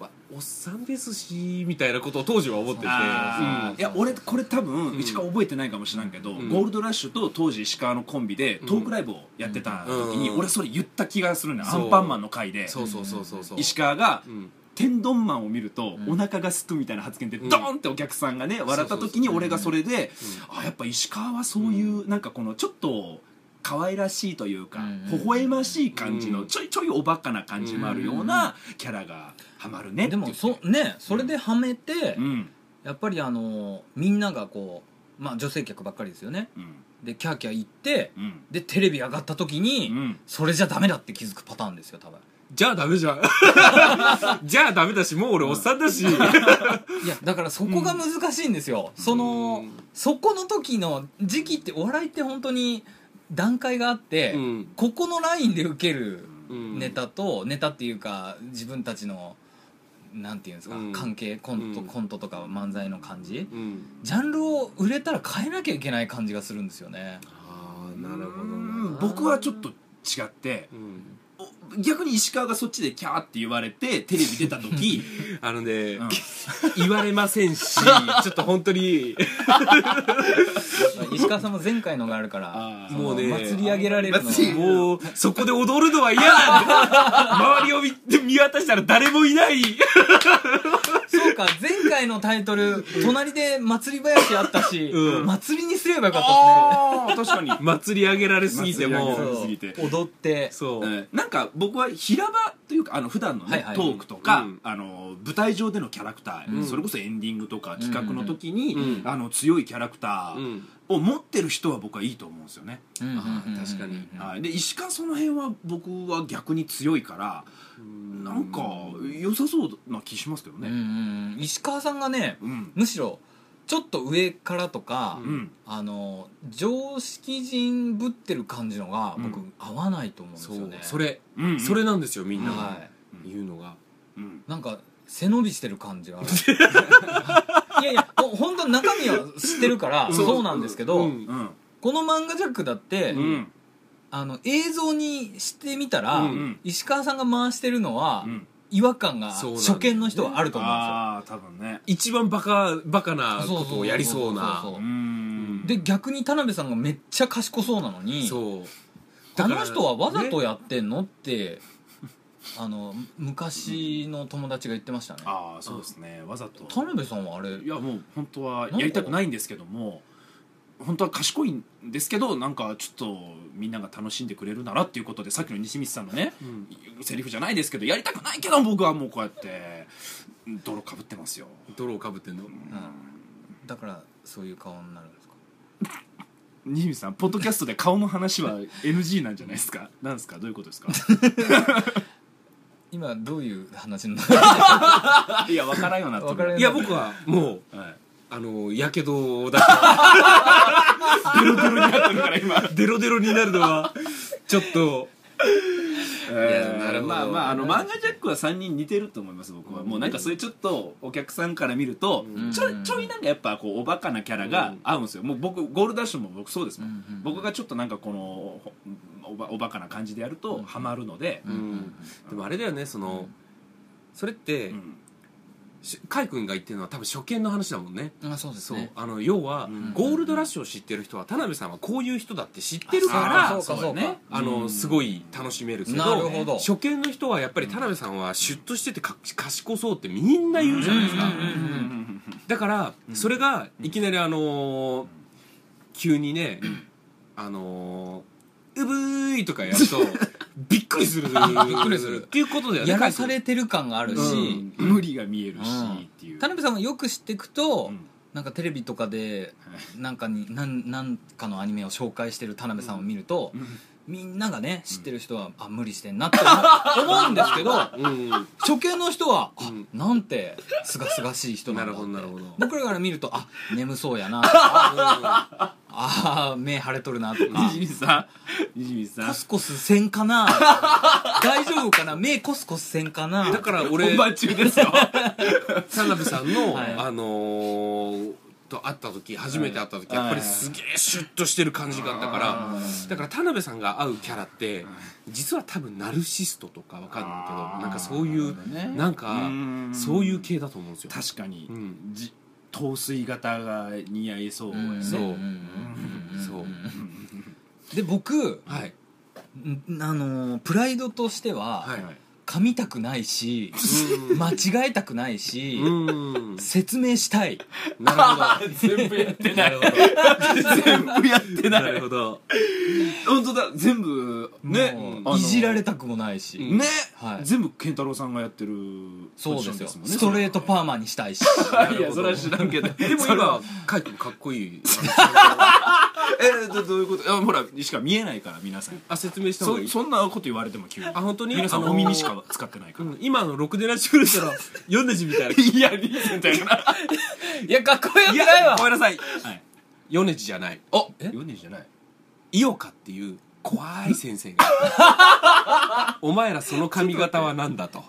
[SPEAKER 1] わおっさんですしみたいなことを当時は思ってて、
[SPEAKER 3] あ
[SPEAKER 1] う
[SPEAKER 3] ー
[SPEAKER 1] ん
[SPEAKER 3] いや俺これ多分
[SPEAKER 1] ん
[SPEAKER 3] 石川覚えてないかもしれんけど、
[SPEAKER 1] ん
[SPEAKER 3] ゴールドラッシュと当時石川のコンビでトークライブをやってた時に、
[SPEAKER 1] うん
[SPEAKER 3] 俺それ言った気がするね、
[SPEAKER 1] うん
[SPEAKER 3] アンパンマンの回で
[SPEAKER 1] そうそうそうそうそう
[SPEAKER 3] 石川が
[SPEAKER 1] うん
[SPEAKER 3] 天丼マンを見ると
[SPEAKER 2] うん
[SPEAKER 3] お腹がすくみたいな発言で
[SPEAKER 1] うん
[SPEAKER 3] ドーンってお客さんがね笑った時に
[SPEAKER 1] そうそうそう
[SPEAKER 3] 俺がそれで、あやっぱ石川はそういうなんかこのちょっと可愛らしいというか
[SPEAKER 2] うん
[SPEAKER 3] 微笑ましい感じ
[SPEAKER 1] う
[SPEAKER 3] の
[SPEAKER 1] ん
[SPEAKER 3] ちょいちょいおバカな感じもあるようなキャラがハマるねって
[SPEAKER 2] で
[SPEAKER 3] 言っ
[SPEAKER 2] も
[SPEAKER 3] て
[SPEAKER 2] そねそれではめて、
[SPEAKER 3] うん
[SPEAKER 2] やっぱりあのみんながこうまあ女性客ばっかりですよね
[SPEAKER 3] うん
[SPEAKER 2] でキャーキャー言って
[SPEAKER 3] うん
[SPEAKER 2] でテレビ上がった時に、
[SPEAKER 3] うん
[SPEAKER 2] それじゃダメだって気づくパターンですよ多分
[SPEAKER 1] じゃあダメじ ゃんじゃあダメだしもう俺おっさんだし、
[SPEAKER 2] いやだからそこが難しいんですよ、その
[SPEAKER 1] うん
[SPEAKER 2] そこの時の時期ってお笑いって本当に段階があって、
[SPEAKER 1] うん
[SPEAKER 2] ここのラインで受ける
[SPEAKER 1] うん
[SPEAKER 2] ネタと、ネタっていうか自分たちのなんていうんですか、
[SPEAKER 1] うん
[SPEAKER 2] 関係コント、
[SPEAKER 1] うん
[SPEAKER 2] コントとか漫才の感じ、
[SPEAKER 1] うん
[SPEAKER 2] ジャンルを売れたら変えなきゃいけない感じがするんですよね
[SPEAKER 1] ああ
[SPEAKER 3] な
[SPEAKER 1] な
[SPEAKER 3] る
[SPEAKER 1] るほ
[SPEAKER 3] ほど
[SPEAKER 1] ど
[SPEAKER 3] な
[SPEAKER 1] な
[SPEAKER 3] 僕はちょっと違って
[SPEAKER 1] うん
[SPEAKER 3] お逆に石川がそっちでキャーって言われてテレビ出た時
[SPEAKER 1] あのね、
[SPEAKER 3] うん
[SPEAKER 1] 言われませんしちょっと本当に
[SPEAKER 2] 石川さんも前回のがあるから
[SPEAKER 3] あー
[SPEAKER 2] その
[SPEAKER 1] もうね
[SPEAKER 2] 祭り上げられるの
[SPEAKER 3] 祭り
[SPEAKER 1] もうそこで踊るのは嫌なんだ周りを見見渡したら誰もいない
[SPEAKER 2] そうか前回のタイトル隣で祭り林あったし、
[SPEAKER 1] うん
[SPEAKER 2] 祭りにすればよかった
[SPEAKER 3] ああ確かに、
[SPEAKER 1] 祭り上げられすぎても
[SPEAKER 3] 祭り上げられ
[SPEAKER 2] です
[SPEAKER 3] す
[SPEAKER 2] ね
[SPEAKER 3] ぎて
[SPEAKER 2] そう踊って
[SPEAKER 1] そう、
[SPEAKER 3] うんなんか僕は平場というかあの普段のね、
[SPEAKER 2] はいはい
[SPEAKER 3] トークとか、
[SPEAKER 1] うん
[SPEAKER 3] あの舞台上でのキャラクター、
[SPEAKER 1] うん
[SPEAKER 3] それこそエンディングとか企画の時に、
[SPEAKER 1] うん
[SPEAKER 3] あの強いキャラクタ
[SPEAKER 1] う
[SPEAKER 3] ー
[SPEAKER 1] ん
[SPEAKER 3] を持ってる人は僕はいいと思うんですよね、
[SPEAKER 2] うんうんうん
[SPEAKER 1] あ
[SPEAKER 2] うん
[SPEAKER 1] ー確かに
[SPEAKER 3] はい、で石川その辺は僕は逆に強いからなんか良さそうな気しますけど
[SPEAKER 2] うん
[SPEAKER 3] ね
[SPEAKER 2] うんうん石川さんがね
[SPEAKER 3] うん
[SPEAKER 2] むしろちょっと上からとか、
[SPEAKER 1] う
[SPEAKER 3] うん、
[SPEAKER 2] あの常識人ぶってる感じのが僕
[SPEAKER 3] うん
[SPEAKER 2] 合わないと思うんです
[SPEAKER 1] そ
[SPEAKER 2] よ
[SPEAKER 1] う
[SPEAKER 2] ね、
[SPEAKER 1] それ、
[SPEAKER 3] うん
[SPEAKER 1] それなんですよみんなが
[SPEAKER 2] はい
[SPEAKER 1] 言うのが、
[SPEAKER 3] うん
[SPEAKER 2] なんか背伸びしてる 感じがあるいやいやほ本当中身は知ってるから
[SPEAKER 1] そう
[SPEAKER 2] そうなんですけど、
[SPEAKER 1] うん
[SPEAKER 3] うん
[SPEAKER 2] この「漫画ジャック」だって、
[SPEAKER 3] うん
[SPEAKER 2] あの映像にしてみたら、
[SPEAKER 1] うん
[SPEAKER 2] 石川さんが回してるのは、
[SPEAKER 3] うん
[SPEAKER 2] 違和感が
[SPEAKER 1] そうなんです
[SPEAKER 2] 初見の人はあると思うんですよ
[SPEAKER 3] ああ多分ね
[SPEAKER 1] 一番バカバカな
[SPEAKER 2] そ
[SPEAKER 1] こ
[SPEAKER 2] うそうそう
[SPEAKER 1] とをやりそうな
[SPEAKER 2] そうそう
[SPEAKER 3] ーん
[SPEAKER 2] で逆に田辺さんがめっちゃ賢そうなのに
[SPEAKER 1] そう
[SPEAKER 2] あ
[SPEAKER 1] だから
[SPEAKER 2] の人はわざとやってんのって、 あの昔の友達が言ってましたね
[SPEAKER 3] ああそうですねわざと
[SPEAKER 2] 田辺さんはあれ
[SPEAKER 3] いやもう本当はやりたくないんですけども本当は賢いんですけどなんかちょっとみんなが楽しんでくれるならっていうことでさっきの西光さんのね
[SPEAKER 1] うん
[SPEAKER 3] セリフじゃないですけどやりたくないけど僕はもうこうやって泥かぶってますよ
[SPEAKER 1] 泥をかぶってんの
[SPEAKER 2] うんだからそういう顔になるんですか
[SPEAKER 3] 西水さんポッドキャストで顔の話は NG なんじゃないですかなんですかどういうことですか
[SPEAKER 2] 今どういう話の
[SPEAKER 3] いや分からんようになって
[SPEAKER 2] 分からんよ
[SPEAKER 1] いや僕はもう
[SPEAKER 3] はい
[SPEAKER 1] あのやけどを出した デロデロになってるから今デロデロになるのはちょっと
[SPEAKER 3] えー
[SPEAKER 2] なるほど
[SPEAKER 3] まあまああの漫画ジャックは3人似てると思います僕は、もうなんかそういうちょっとお客さんから見ると、
[SPEAKER 2] ん
[SPEAKER 3] ちょいちょいなんかやっぱこうおバカなキャラが合うんですよもう僕ゴールダッシュも 僕そうですもん、
[SPEAKER 2] うんうんうん
[SPEAKER 3] 僕がちょっとなんかこのほおばおバカな感じでやるとハマるので、
[SPEAKER 1] うんでもあれだよねそのそれっ
[SPEAKER 3] う
[SPEAKER 1] て
[SPEAKER 3] ん
[SPEAKER 1] しカイ君が言ってるのは多分初見の話だもんね
[SPEAKER 2] あそうです
[SPEAKER 1] そう
[SPEAKER 2] ね
[SPEAKER 1] あの要は
[SPEAKER 3] うん
[SPEAKER 1] ゴールドラッシュを知ってる人は田辺さんはこういう人だって知ってるから
[SPEAKER 2] あそうかそうか
[SPEAKER 3] ね
[SPEAKER 1] あのすごい楽しめるけ
[SPEAKER 2] なる
[SPEAKER 1] ど
[SPEAKER 2] ほど
[SPEAKER 1] 初見の人はやっぱり田辺さんはシュッとしててか賢そうってみんな言うじゃないですか
[SPEAKER 2] うんうん
[SPEAKER 1] だからそれがいきなりあのー急にねあのーうぶーいとかや るとびっくりするびっ
[SPEAKER 2] くりする
[SPEAKER 1] っていうことだよね
[SPEAKER 2] やらされ
[SPEAKER 1] て
[SPEAKER 2] てる感があるし、
[SPEAKER 1] うん
[SPEAKER 3] 無理が見えるし、
[SPEAKER 2] うん
[SPEAKER 3] っていう
[SPEAKER 2] 田辺さんもよく知っていくと、
[SPEAKER 3] うん
[SPEAKER 2] なんかテレビとかでなんかになんなんかのアニメを紹介してる田辺さんを見ると、みんながね知ってる人は、あ無理してんなって 思う思うんですけど
[SPEAKER 1] うん
[SPEAKER 2] 初見の人は、あ
[SPEAKER 1] うん
[SPEAKER 2] なんてすがすがしい人な
[SPEAKER 1] なん
[SPEAKER 2] だ
[SPEAKER 1] る
[SPEAKER 2] っ
[SPEAKER 1] ほ
[SPEAKER 2] て
[SPEAKER 1] どなるほど
[SPEAKER 2] 僕らから見るとあ眠そうやなあ
[SPEAKER 1] あ
[SPEAKER 2] あー目腫れとるなとか
[SPEAKER 3] 西水さん西水さん
[SPEAKER 2] コスコスせんかな大丈夫かな目コスコスせんかな
[SPEAKER 1] だから俺
[SPEAKER 3] 本番中ですよ
[SPEAKER 1] 田辺さんの、
[SPEAKER 2] はい
[SPEAKER 1] あのーと会った時初めて会った時、
[SPEAKER 3] はい
[SPEAKER 1] やっぱりすげえシュッとしてる感じがあったから、だから田辺さんが会うキャラって、実は多分ナルシストとかわかんないけ
[SPEAKER 3] あー
[SPEAKER 1] どなんかそういう
[SPEAKER 3] なるほどね
[SPEAKER 1] なんか
[SPEAKER 3] うん
[SPEAKER 1] そういう系だと思うんですよ
[SPEAKER 3] 確かに、
[SPEAKER 1] うん
[SPEAKER 3] じ糖水型が似合いそうやね、
[SPEAKER 2] ん
[SPEAKER 1] そうん
[SPEAKER 2] んん
[SPEAKER 1] そう
[SPEAKER 2] で僕
[SPEAKER 1] はい
[SPEAKER 2] んあのープライドとしては、
[SPEAKER 1] はい
[SPEAKER 2] 噛みたくないし間違えたくないし、
[SPEAKER 1] うん
[SPEAKER 2] 説明したい
[SPEAKER 1] なるほど
[SPEAKER 3] 全部やってない全部やってな
[SPEAKER 1] ないるほど
[SPEAKER 3] 本当だ全部ね
[SPEAKER 2] もう
[SPEAKER 3] あの
[SPEAKER 2] いじられたくもないし、
[SPEAKER 1] うん
[SPEAKER 3] ね、
[SPEAKER 2] はい
[SPEAKER 3] 全部健太郎さんがやってる
[SPEAKER 2] そうで
[SPEAKER 3] ポ
[SPEAKER 2] す
[SPEAKER 3] ジション
[SPEAKER 2] よ
[SPEAKER 3] もんね
[SPEAKER 2] ストレートパーマにしたいし
[SPEAKER 3] いやそれは知らんけど
[SPEAKER 1] でも今カイ君かっこいい
[SPEAKER 3] えどどういうことあほらしか見えないから皆さん
[SPEAKER 1] あ説明した方がい
[SPEAKER 3] そ
[SPEAKER 1] い
[SPEAKER 3] そんなこと言われても急に
[SPEAKER 1] あ本当に
[SPEAKER 3] 皆さ
[SPEAKER 1] あ
[SPEAKER 3] ん
[SPEAKER 1] のー
[SPEAKER 3] お耳しか使ってないか
[SPEAKER 1] う
[SPEAKER 3] ら、
[SPEAKER 1] ん今の「ろくでなしくる」した ら読んでじみたいな
[SPEAKER 3] いやリーゼントやから
[SPEAKER 2] いやかっこよくないわ
[SPEAKER 1] ごめんなさい
[SPEAKER 3] はい
[SPEAKER 1] 米地じゃない
[SPEAKER 3] お
[SPEAKER 2] え
[SPEAKER 3] 4人じゃない
[SPEAKER 1] 井岡っていう怖い先生がお前らその髪型は何だと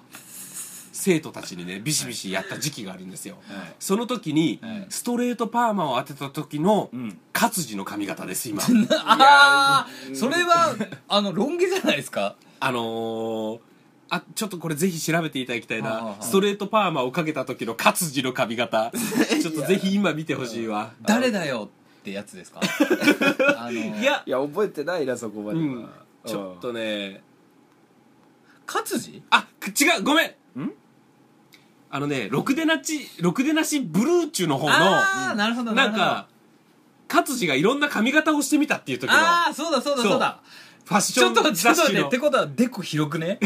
[SPEAKER 1] 生徒たちにねビシビシやった時期があるんですよ、
[SPEAKER 3] はい
[SPEAKER 1] その時に、
[SPEAKER 3] はい
[SPEAKER 1] ストレートパーマを当てた時の、
[SPEAKER 3] うん
[SPEAKER 1] 勝次の髪型です今
[SPEAKER 2] あーそれ はあのロン毛じゃないですか
[SPEAKER 1] あのーあちょっとこれぜひ調べていただきたい
[SPEAKER 2] はあは
[SPEAKER 1] な
[SPEAKER 2] あ
[SPEAKER 1] ストレートパーマをかけた時の勝次の髪 型ちょっとぜひ今見てほしいわ
[SPEAKER 2] 誰だよってやつですか あの
[SPEAKER 1] いや
[SPEAKER 3] いや覚えてないなそこま
[SPEAKER 1] うんちょっとね
[SPEAKER 2] 勝地
[SPEAKER 1] あく違うごめんあのねろくでなちろくでなしブルーチュの方
[SPEAKER 2] あー
[SPEAKER 1] の
[SPEAKER 2] なるほどな
[SPEAKER 1] な
[SPEAKER 2] る
[SPEAKER 1] ん
[SPEAKER 2] ほど
[SPEAKER 1] か勝地がいろんな髪型をしてみたっていう時の
[SPEAKER 2] ああそうだそうだそうだ
[SPEAKER 1] ファッシ
[SPEAKER 2] ち
[SPEAKER 1] ョ
[SPEAKER 2] ょっと
[SPEAKER 1] ン
[SPEAKER 2] ちょ
[SPEAKER 1] 雑
[SPEAKER 2] っと
[SPEAKER 1] 誌
[SPEAKER 2] 待ってっ
[SPEAKER 1] の
[SPEAKER 2] てことはデコ広くね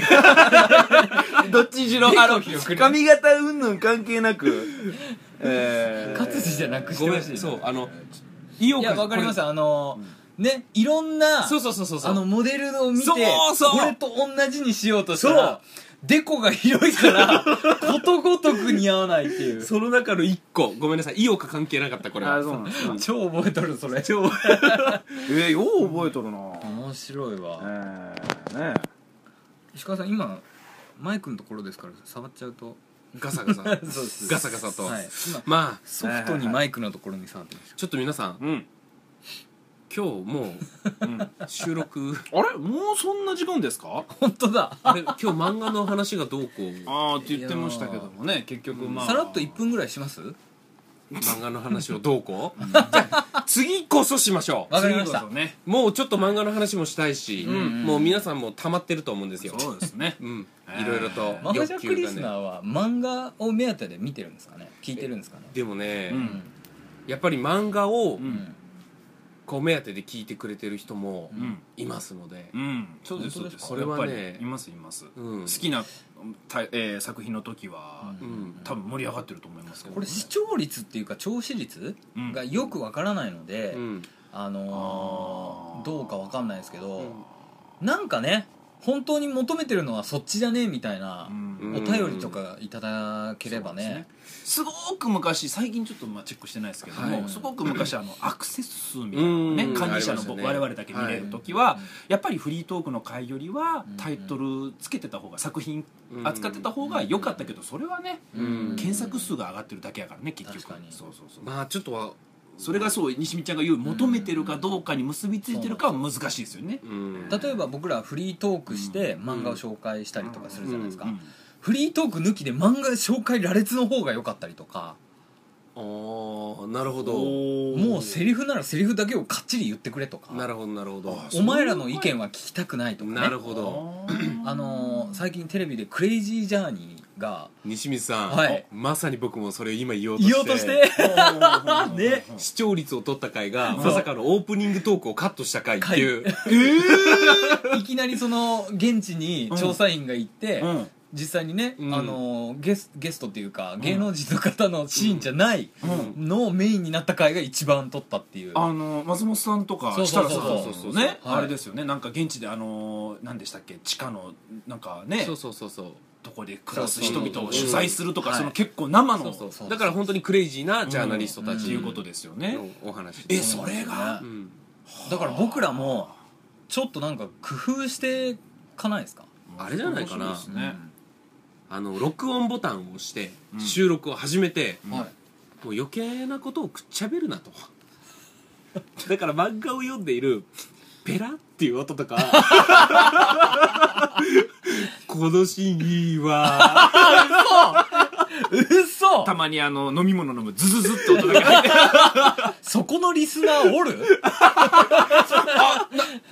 [SPEAKER 3] どっちにしろ
[SPEAKER 2] 結構
[SPEAKER 3] あの
[SPEAKER 2] 広くね
[SPEAKER 3] 髪型うんぬん関係なく えー
[SPEAKER 2] 勝地じゃなくし
[SPEAKER 1] ご
[SPEAKER 2] て
[SPEAKER 1] め
[SPEAKER 2] ほ
[SPEAKER 1] ん
[SPEAKER 2] しいな
[SPEAKER 1] そうあのい
[SPEAKER 2] いやわかりますあのねいろんな
[SPEAKER 1] そうそうそうそうそう
[SPEAKER 2] あのモデルを見て
[SPEAKER 1] そうそう
[SPEAKER 2] これと同じにしようとしたらデコが広いから ことごとく似合わないっていう
[SPEAKER 1] その中の一個ごめんなさい井岡関係なかったこれは
[SPEAKER 3] あそうなんですか
[SPEAKER 2] 超覚えとるそれ
[SPEAKER 1] 超
[SPEAKER 3] えー、よう覚えとるな
[SPEAKER 2] 面白いわ
[SPEAKER 3] えー、ね
[SPEAKER 2] 石川さん今マイクのところですから触っちゃうと
[SPEAKER 1] ガサガサガ
[SPEAKER 2] そうです
[SPEAKER 1] サガサと
[SPEAKER 2] はい今
[SPEAKER 1] まあ
[SPEAKER 2] ソフトにマイクのところに触ってみまし
[SPEAKER 1] ちょっと皆さん
[SPEAKER 3] うん、
[SPEAKER 1] 今日も
[SPEAKER 3] うん、あ
[SPEAKER 1] う収録
[SPEAKER 3] れもうそんな時間ですか
[SPEAKER 2] た本当だ
[SPEAKER 1] あれ今日漫画の話がどうこう
[SPEAKER 3] ああって言ってましたけどもね結局まあ
[SPEAKER 2] さらっと1分ぐらいします
[SPEAKER 1] 漫画の話をどうこうじゃあ次こそしましょう
[SPEAKER 2] わかりました
[SPEAKER 3] 次こそね
[SPEAKER 1] もうちょっと漫画の話もしたいし、
[SPEAKER 2] ん
[SPEAKER 1] もう皆さんも溜まってると思うんですよ。
[SPEAKER 3] そうで すね
[SPEAKER 1] うん
[SPEAKER 3] え、ー
[SPEAKER 1] いろいろと
[SPEAKER 2] マガ
[SPEAKER 1] 欲
[SPEAKER 2] ジャック
[SPEAKER 1] 求
[SPEAKER 2] リ
[SPEAKER 1] が
[SPEAKER 2] スナー
[SPEAKER 1] ね。
[SPEAKER 2] は漫画を目当てで見てるんですかね聞いてるんですかね
[SPEAKER 1] でもね、
[SPEAKER 3] うん
[SPEAKER 1] やっぱり漫画を
[SPEAKER 3] うん
[SPEAKER 1] こう目当てで聞いてくれてる人も
[SPEAKER 3] うん
[SPEAKER 1] いますので
[SPEAKER 3] う、んそうですそ
[SPEAKER 2] 本当
[SPEAKER 3] うで
[SPEAKER 2] です
[SPEAKER 1] かこれはね
[SPEAKER 3] やっぱりいますいます、
[SPEAKER 1] うん
[SPEAKER 3] 好きなた、えー作品の時は、
[SPEAKER 1] うん
[SPEAKER 3] 多分盛り上がってると思いますけど
[SPEAKER 2] これ視聴率っていうか聴取率
[SPEAKER 3] うん
[SPEAKER 2] がよくわからないので、
[SPEAKER 1] うん
[SPEAKER 2] あのーどうかわかんないですけど、なんかね本当に求めてるのはそっちじゃねえみたいな、
[SPEAKER 1] ん
[SPEAKER 2] お便りとかいただければね
[SPEAKER 3] すごく昔最近ちょっとまあチェックしてないですけども、
[SPEAKER 2] はい
[SPEAKER 3] すごく昔 あのアクセス数みたいなのね
[SPEAKER 1] うん
[SPEAKER 3] 管理者
[SPEAKER 1] あ
[SPEAKER 3] の
[SPEAKER 1] りました
[SPEAKER 3] 僕、
[SPEAKER 1] ね
[SPEAKER 3] 我々だけ見れる時は、やっぱりフリートークの回よりはタイトルつけてた方が作品扱ってた方が良かったけどそれはね、
[SPEAKER 1] うん
[SPEAKER 3] 検索数が上がってるだけやからね結局
[SPEAKER 2] 確かに
[SPEAKER 3] そうそうそう
[SPEAKER 1] まあちょっとは
[SPEAKER 3] それがそう西見ちゃんが言う求めてるかどうかに結びついてるかは難しいですよね、
[SPEAKER 1] うん
[SPEAKER 2] 例えば僕らフリートークして漫画を紹介したりとかするじゃないですか、
[SPEAKER 3] うんうん
[SPEAKER 2] フリートーク抜きで漫画紹介羅列の方が良かったりとか
[SPEAKER 1] あーなるほど
[SPEAKER 2] もうセリフならセリフだけをかっちり言ってくれとか
[SPEAKER 1] なるほどなるほど
[SPEAKER 3] あ
[SPEAKER 2] お前らの意見は聞きたくないとかね
[SPEAKER 1] なるほど
[SPEAKER 3] あ
[SPEAKER 2] あのー最近テレビで「クレイジージャーニー」が
[SPEAKER 1] 西水さん、
[SPEAKER 2] はい
[SPEAKER 1] まさに僕もそれを今言おうとして
[SPEAKER 2] 言おうとして
[SPEAKER 3] ー
[SPEAKER 2] ね
[SPEAKER 1] 視聴率を取った回が
[SPEAKER 2] そう
[SPEAKER 1] まさかのオープニングトークをカットした回っていう
[SPEAKER 2] いきなりその現地に調査員が行って、
[SPEAKER 3] うん
[SPEAKER 2] 実際にね、
[SPEAKER 1] うん
[SPEAKER 2] あのーゲスゲストっていうか芸能人の方のシーンじゃないのをメインになった回が一番撮ったっていう、
[SPEAKER 3] あの松本さんとか
[SPEAKER 2] そう
[SPEAKER 3] し
[SPEAKER 2] そ
[SPEAKER 3] た
[SPEAKER 2] う
[SPEAKER 3] ら
[SPEAKER 2] そ
[SPEAKER 3] さ
[SPEAKER 2] うそう
[SPEAKER 3] ね
[SPEAKER 2] はい
[SPEAKER 3] あれですよねなんか現地であの何でしたっけ地下のなんか ね
[SPEAKER 1] そうそうそうそう
[SPEAKER 3] とこで暮らす人
[SPEAKER 2] そうそう
[SPEAKER 3] 々を取材するとか
[SPEAKER 2] はい
[SPEAKER 3] その結構生
[SPEAKER 1] そ
[SPEAKER 3] の
[SPEAKER 1] うそう
[SPEAKER 3] っ
[SPEAKER 1] だから本当にクレイジーなジャーナリストた
[SPEAKER 3] て
[SPEAKER 1] ち
[SPEAKER 3] いうことですよね
[SPEAKER 1] のお話
[SPEAKER 3] え
[SPEAKER 1] です
[SPEAKER 3] それが
[SPEAKER 2] う
[SPEAKER 1] うんん
[SPEAKER 2] だから僕らもちょっとなんか工夫してかないですか
[SPEAKER 1] あれじゃないかな
[SPEAKER 3] 面白ですね
[SPEAKER 1] あの録音ボタンを押して
[SPEAKER 3] うん
[SPEAKER 1] 収録を始めて、
[SPEAKER 2] うんはい
[SPEAKER 1] もう余計なことをくっちゃべるなと だから漫画を読んでいるペラっていう音とか このシーンいいわ
[SPEAKER 2] 嘘
[SPEAKER 3] たまにあの飲み物飲むズズズって音が入って
[SPEAKER 2] そこのリスナーお る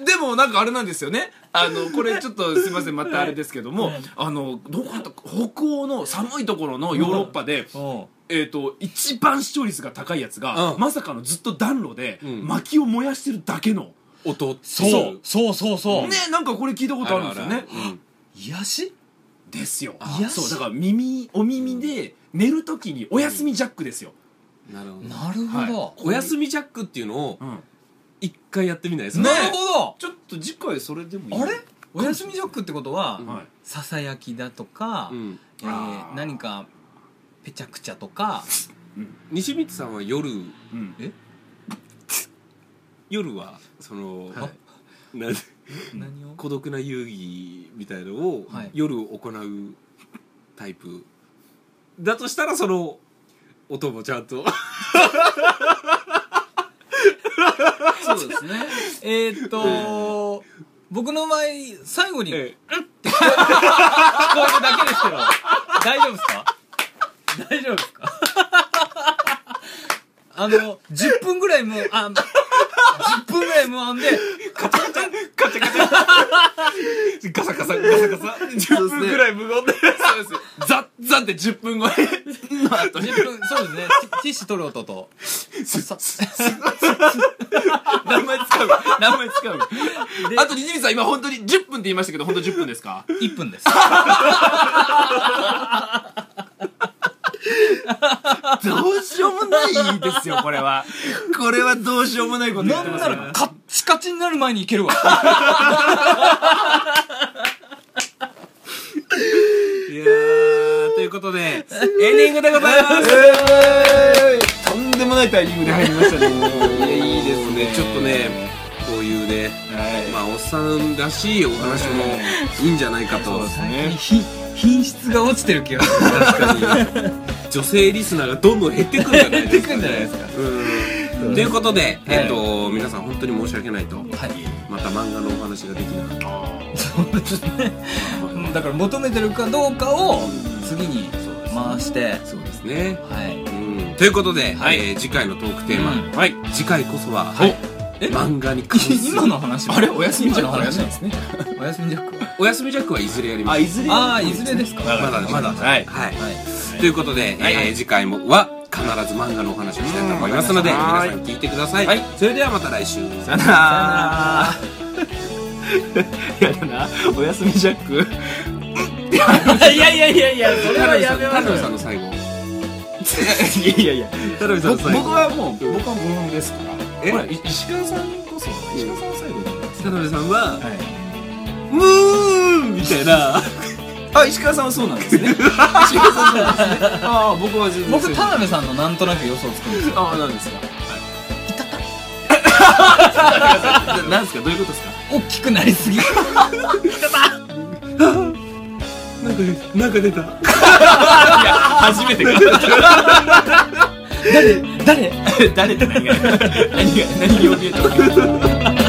[SPEAKER 3] でもなんかあれなんですよねあのこれちょっとすいませんまたあれですけどもあのどこだったか北欧の寒いところのヨーロッパで
[SPEAKER 2] うん
[SPEAKER 3] えー、と一番視聴率が高いやつが、
[SPEAKER 1] うん
[SPEAKER 3] まさかのずっと暖炉で、
[SPEAKER 1] うん
[SPEAKER 3] 薪を燃やしてるだけの
[SPEAKER 1] 音
[SPEAKER 2] そうそうそうそう、
[SPEAKER 3] ねなんかこれ聞いたことあるんですよね
[SPEAKER 2] 癒し
[SPEAKER 3] ですよ
[SPEAKER 2] あ
[SPEAKER 3] そうだから耳お耳で寝るときにお休みジャックですよ、
[SPEAKER 1] うんなるほど
[SPEAKER 2] なるほど、
[SPEAKER 3] は
[SPEAKER 1] おやすみジャックっていうのを
[SPEAKER 3] うん
[SPEAKER 1] 一回やってみないです
[SPEAKER 2] な
[SPEAKER 1] か
[SPEAKER 2] るほ
[SPEAKER 3] ちょっと次回それでもい
[SPEAKER 2] ど、
[SPEAKER 3] い
[SPEAKER 2] あれおやすみジャックってことは、
[SPEAKER 1] うん
[SPEAKER 3] はい
[SPEAKER 2] ささやきだとか、
[SPEAKER 1] うん
[SPEAKER 2] えー
[SPEAKER 3] あー
[SPEAKER 2] 何かぺちゃくちゃとか
[SPEAKER 1] 西光さんは夜
[SPEAKER 3] うん
[SPEAKER 1] 夜はその、
[SPEAKER 3] は
[SPEAKER 1] な
[SPEAKER 2] 何を
[SPEAKER 1] 孤独な遊戯みたいのを
[SPEAKER 2] はい
[SPEAKER 1] 夜行うタイプだとしたらその音もちゃんと
[SPEAKER 2] そうですねえーっと、僕の場合最後に 聞
[SPEAKER 1] え
[SPEAKER 2] こえるだけですけど大丈夫ですか大丈夫ですかあの10分ぐらい無あ10分ぐらい無音で
[SPEAKER 1] えガサガサガサガサ10分 ぐらい無言で
[SPEAKER 3] そうですザッザッって10分後にの後に
[SPEAKER 2] 10分そうですねティティッシュ取る音とさ
[SPEAKER 3] 名前使う名前使う
[SPEAKER 2] で
[SPEAKER 3] あと西光さん今本当に10分って言いましたけど本当10分ですか
[SPEAKER 2] 1分です
[SPEAKER 3] どうしようもないですよこれはこれはどうしようもないこと言っ
[SPEAKER 2] な
[SPEAKER 3] て
[SPEAKER 2] ん
[SPEAKER 3] ま
[SPEAKER 2] な
[SPEAKER 3] す
[SPEAKER 2] らカッチカチになる前にいけるわ
[SPEAKER 1] いやーということでエンディングでございます
[SPEAKER 3] えーとんでもないタイミングで入りましたね。
[SPEAKER 1] いいですねちょっとねこういうね
[SPEAKER 3] はい。
[SPEAKER 1] まあおっさんらしいお話もいいんじゃないかと
[SPEAKER 3] ね。
[SPEAKER 2] ひ品質が落ちてる気がする
[SPEAKER 1] 女性リスナーがどんどん減ってくんじゃないですか、ね、
[SPEAKER 2] 減ってくんじゃないですか
[SPEAKER 1] うんということで、えっと皆さん本当に申し訳ないと
[SPEAKER 2] はい
[SPEAKER 1] また漫画のお話ができなかった
[SPEAKER 2] そうですねだから求めてるかどうかを次に回して
[SPEAKER 1] そうですね、
[SPEAKER 2] はい
[SPEAKER 1] うん、ということで、
[SPEAKER 2] はい
[SPEAKER 1] えー次回のトークテーマ、
[SPEAKER 2] うん
[SPEAKER 1] はい、次回こそは、
[SPEAKER 2] え
[SPEAKER 1] 漫画に関する
[SPEAKER 2] 今の話は
[SPEAKER 3] あれお休みジャッ
[SPEAKER 2] 今
[SPEAKER 3] ク
[SPEAKER 2] の話
[SPEAKER 3] お休みですね
[SPEAKER 2] お休みジャックは
[SPEAKER 1] お休みジャックはいずれやります
[SPEAKER 3] あ、いずれ。
[SPEAKER 2] ああいずれですか
[SPEAKER 1] まだまだ
[SPEAKER 3] はい。
[SPEAKER 1] はい、
[SPEAKER 2] はい
[SPEAKER 1] ということで、えー次回もは必ず漫画のお話をしたいと思いますので、
[SPEAKER 3] うん
[SPEAKER 1] 皆さん聞いてください、
[SPEAKER 3] はい
[SPEAKER 1] それではまた来週
[SPEAKER 3] さよなら。やだな。お休みジャック。
[SPEAKER 2] いやいやいやいやそれ
[SPEAKER 1] 田
[SPEAKER 2] は
[SPEAKER 1] 辺
[SPEAKER 2] や
[SPEAKER 1] さん
[SPEAKER 2] め
[SPEAKER 1] 田
[SPEAKER 2] ましょ
[SPEAKER 1] 辺
[SPEAKER 2] う
[SPEAKER 1] さんの最後
[SPEAKER 3] いやいやいや。
[SPEAKER 1] 田辺さんの
[SPEAKER 3] 僕
[SPEAKER 1] 最後
[SPEAKER 3] はもう僕は無音ですから。
[SPEAKER 1] え
[SPEAKER 4] ほらい石川さんこそ石川さんは最後だ
[SPEAKER 1] 田辺さんは
[SPEAKER 4] はい
[SPEAKER 1] 「ムーン!」みたいな
[SPEAKER 3] あ石川さんはそうなんですね石川さんはそうなんですねああ僕は全然
[SPEAKER 2] 僕
[SPEAKER 3] そう
[SPEAKER 2] 田辺さんのなんとなく予想つくんですよ
[SPEAKER 3] ああなんですかはい なんですかどういうことですか
[SPEAKER 2] 大きくなり すぎ
[SPEAKER 1] なんか出なんか出た
[SPEAKER 3] 初めてか
[SPEAKER 2] 誰誰
[SPEAKER 3] 誰って何が何が何に怯えたわけ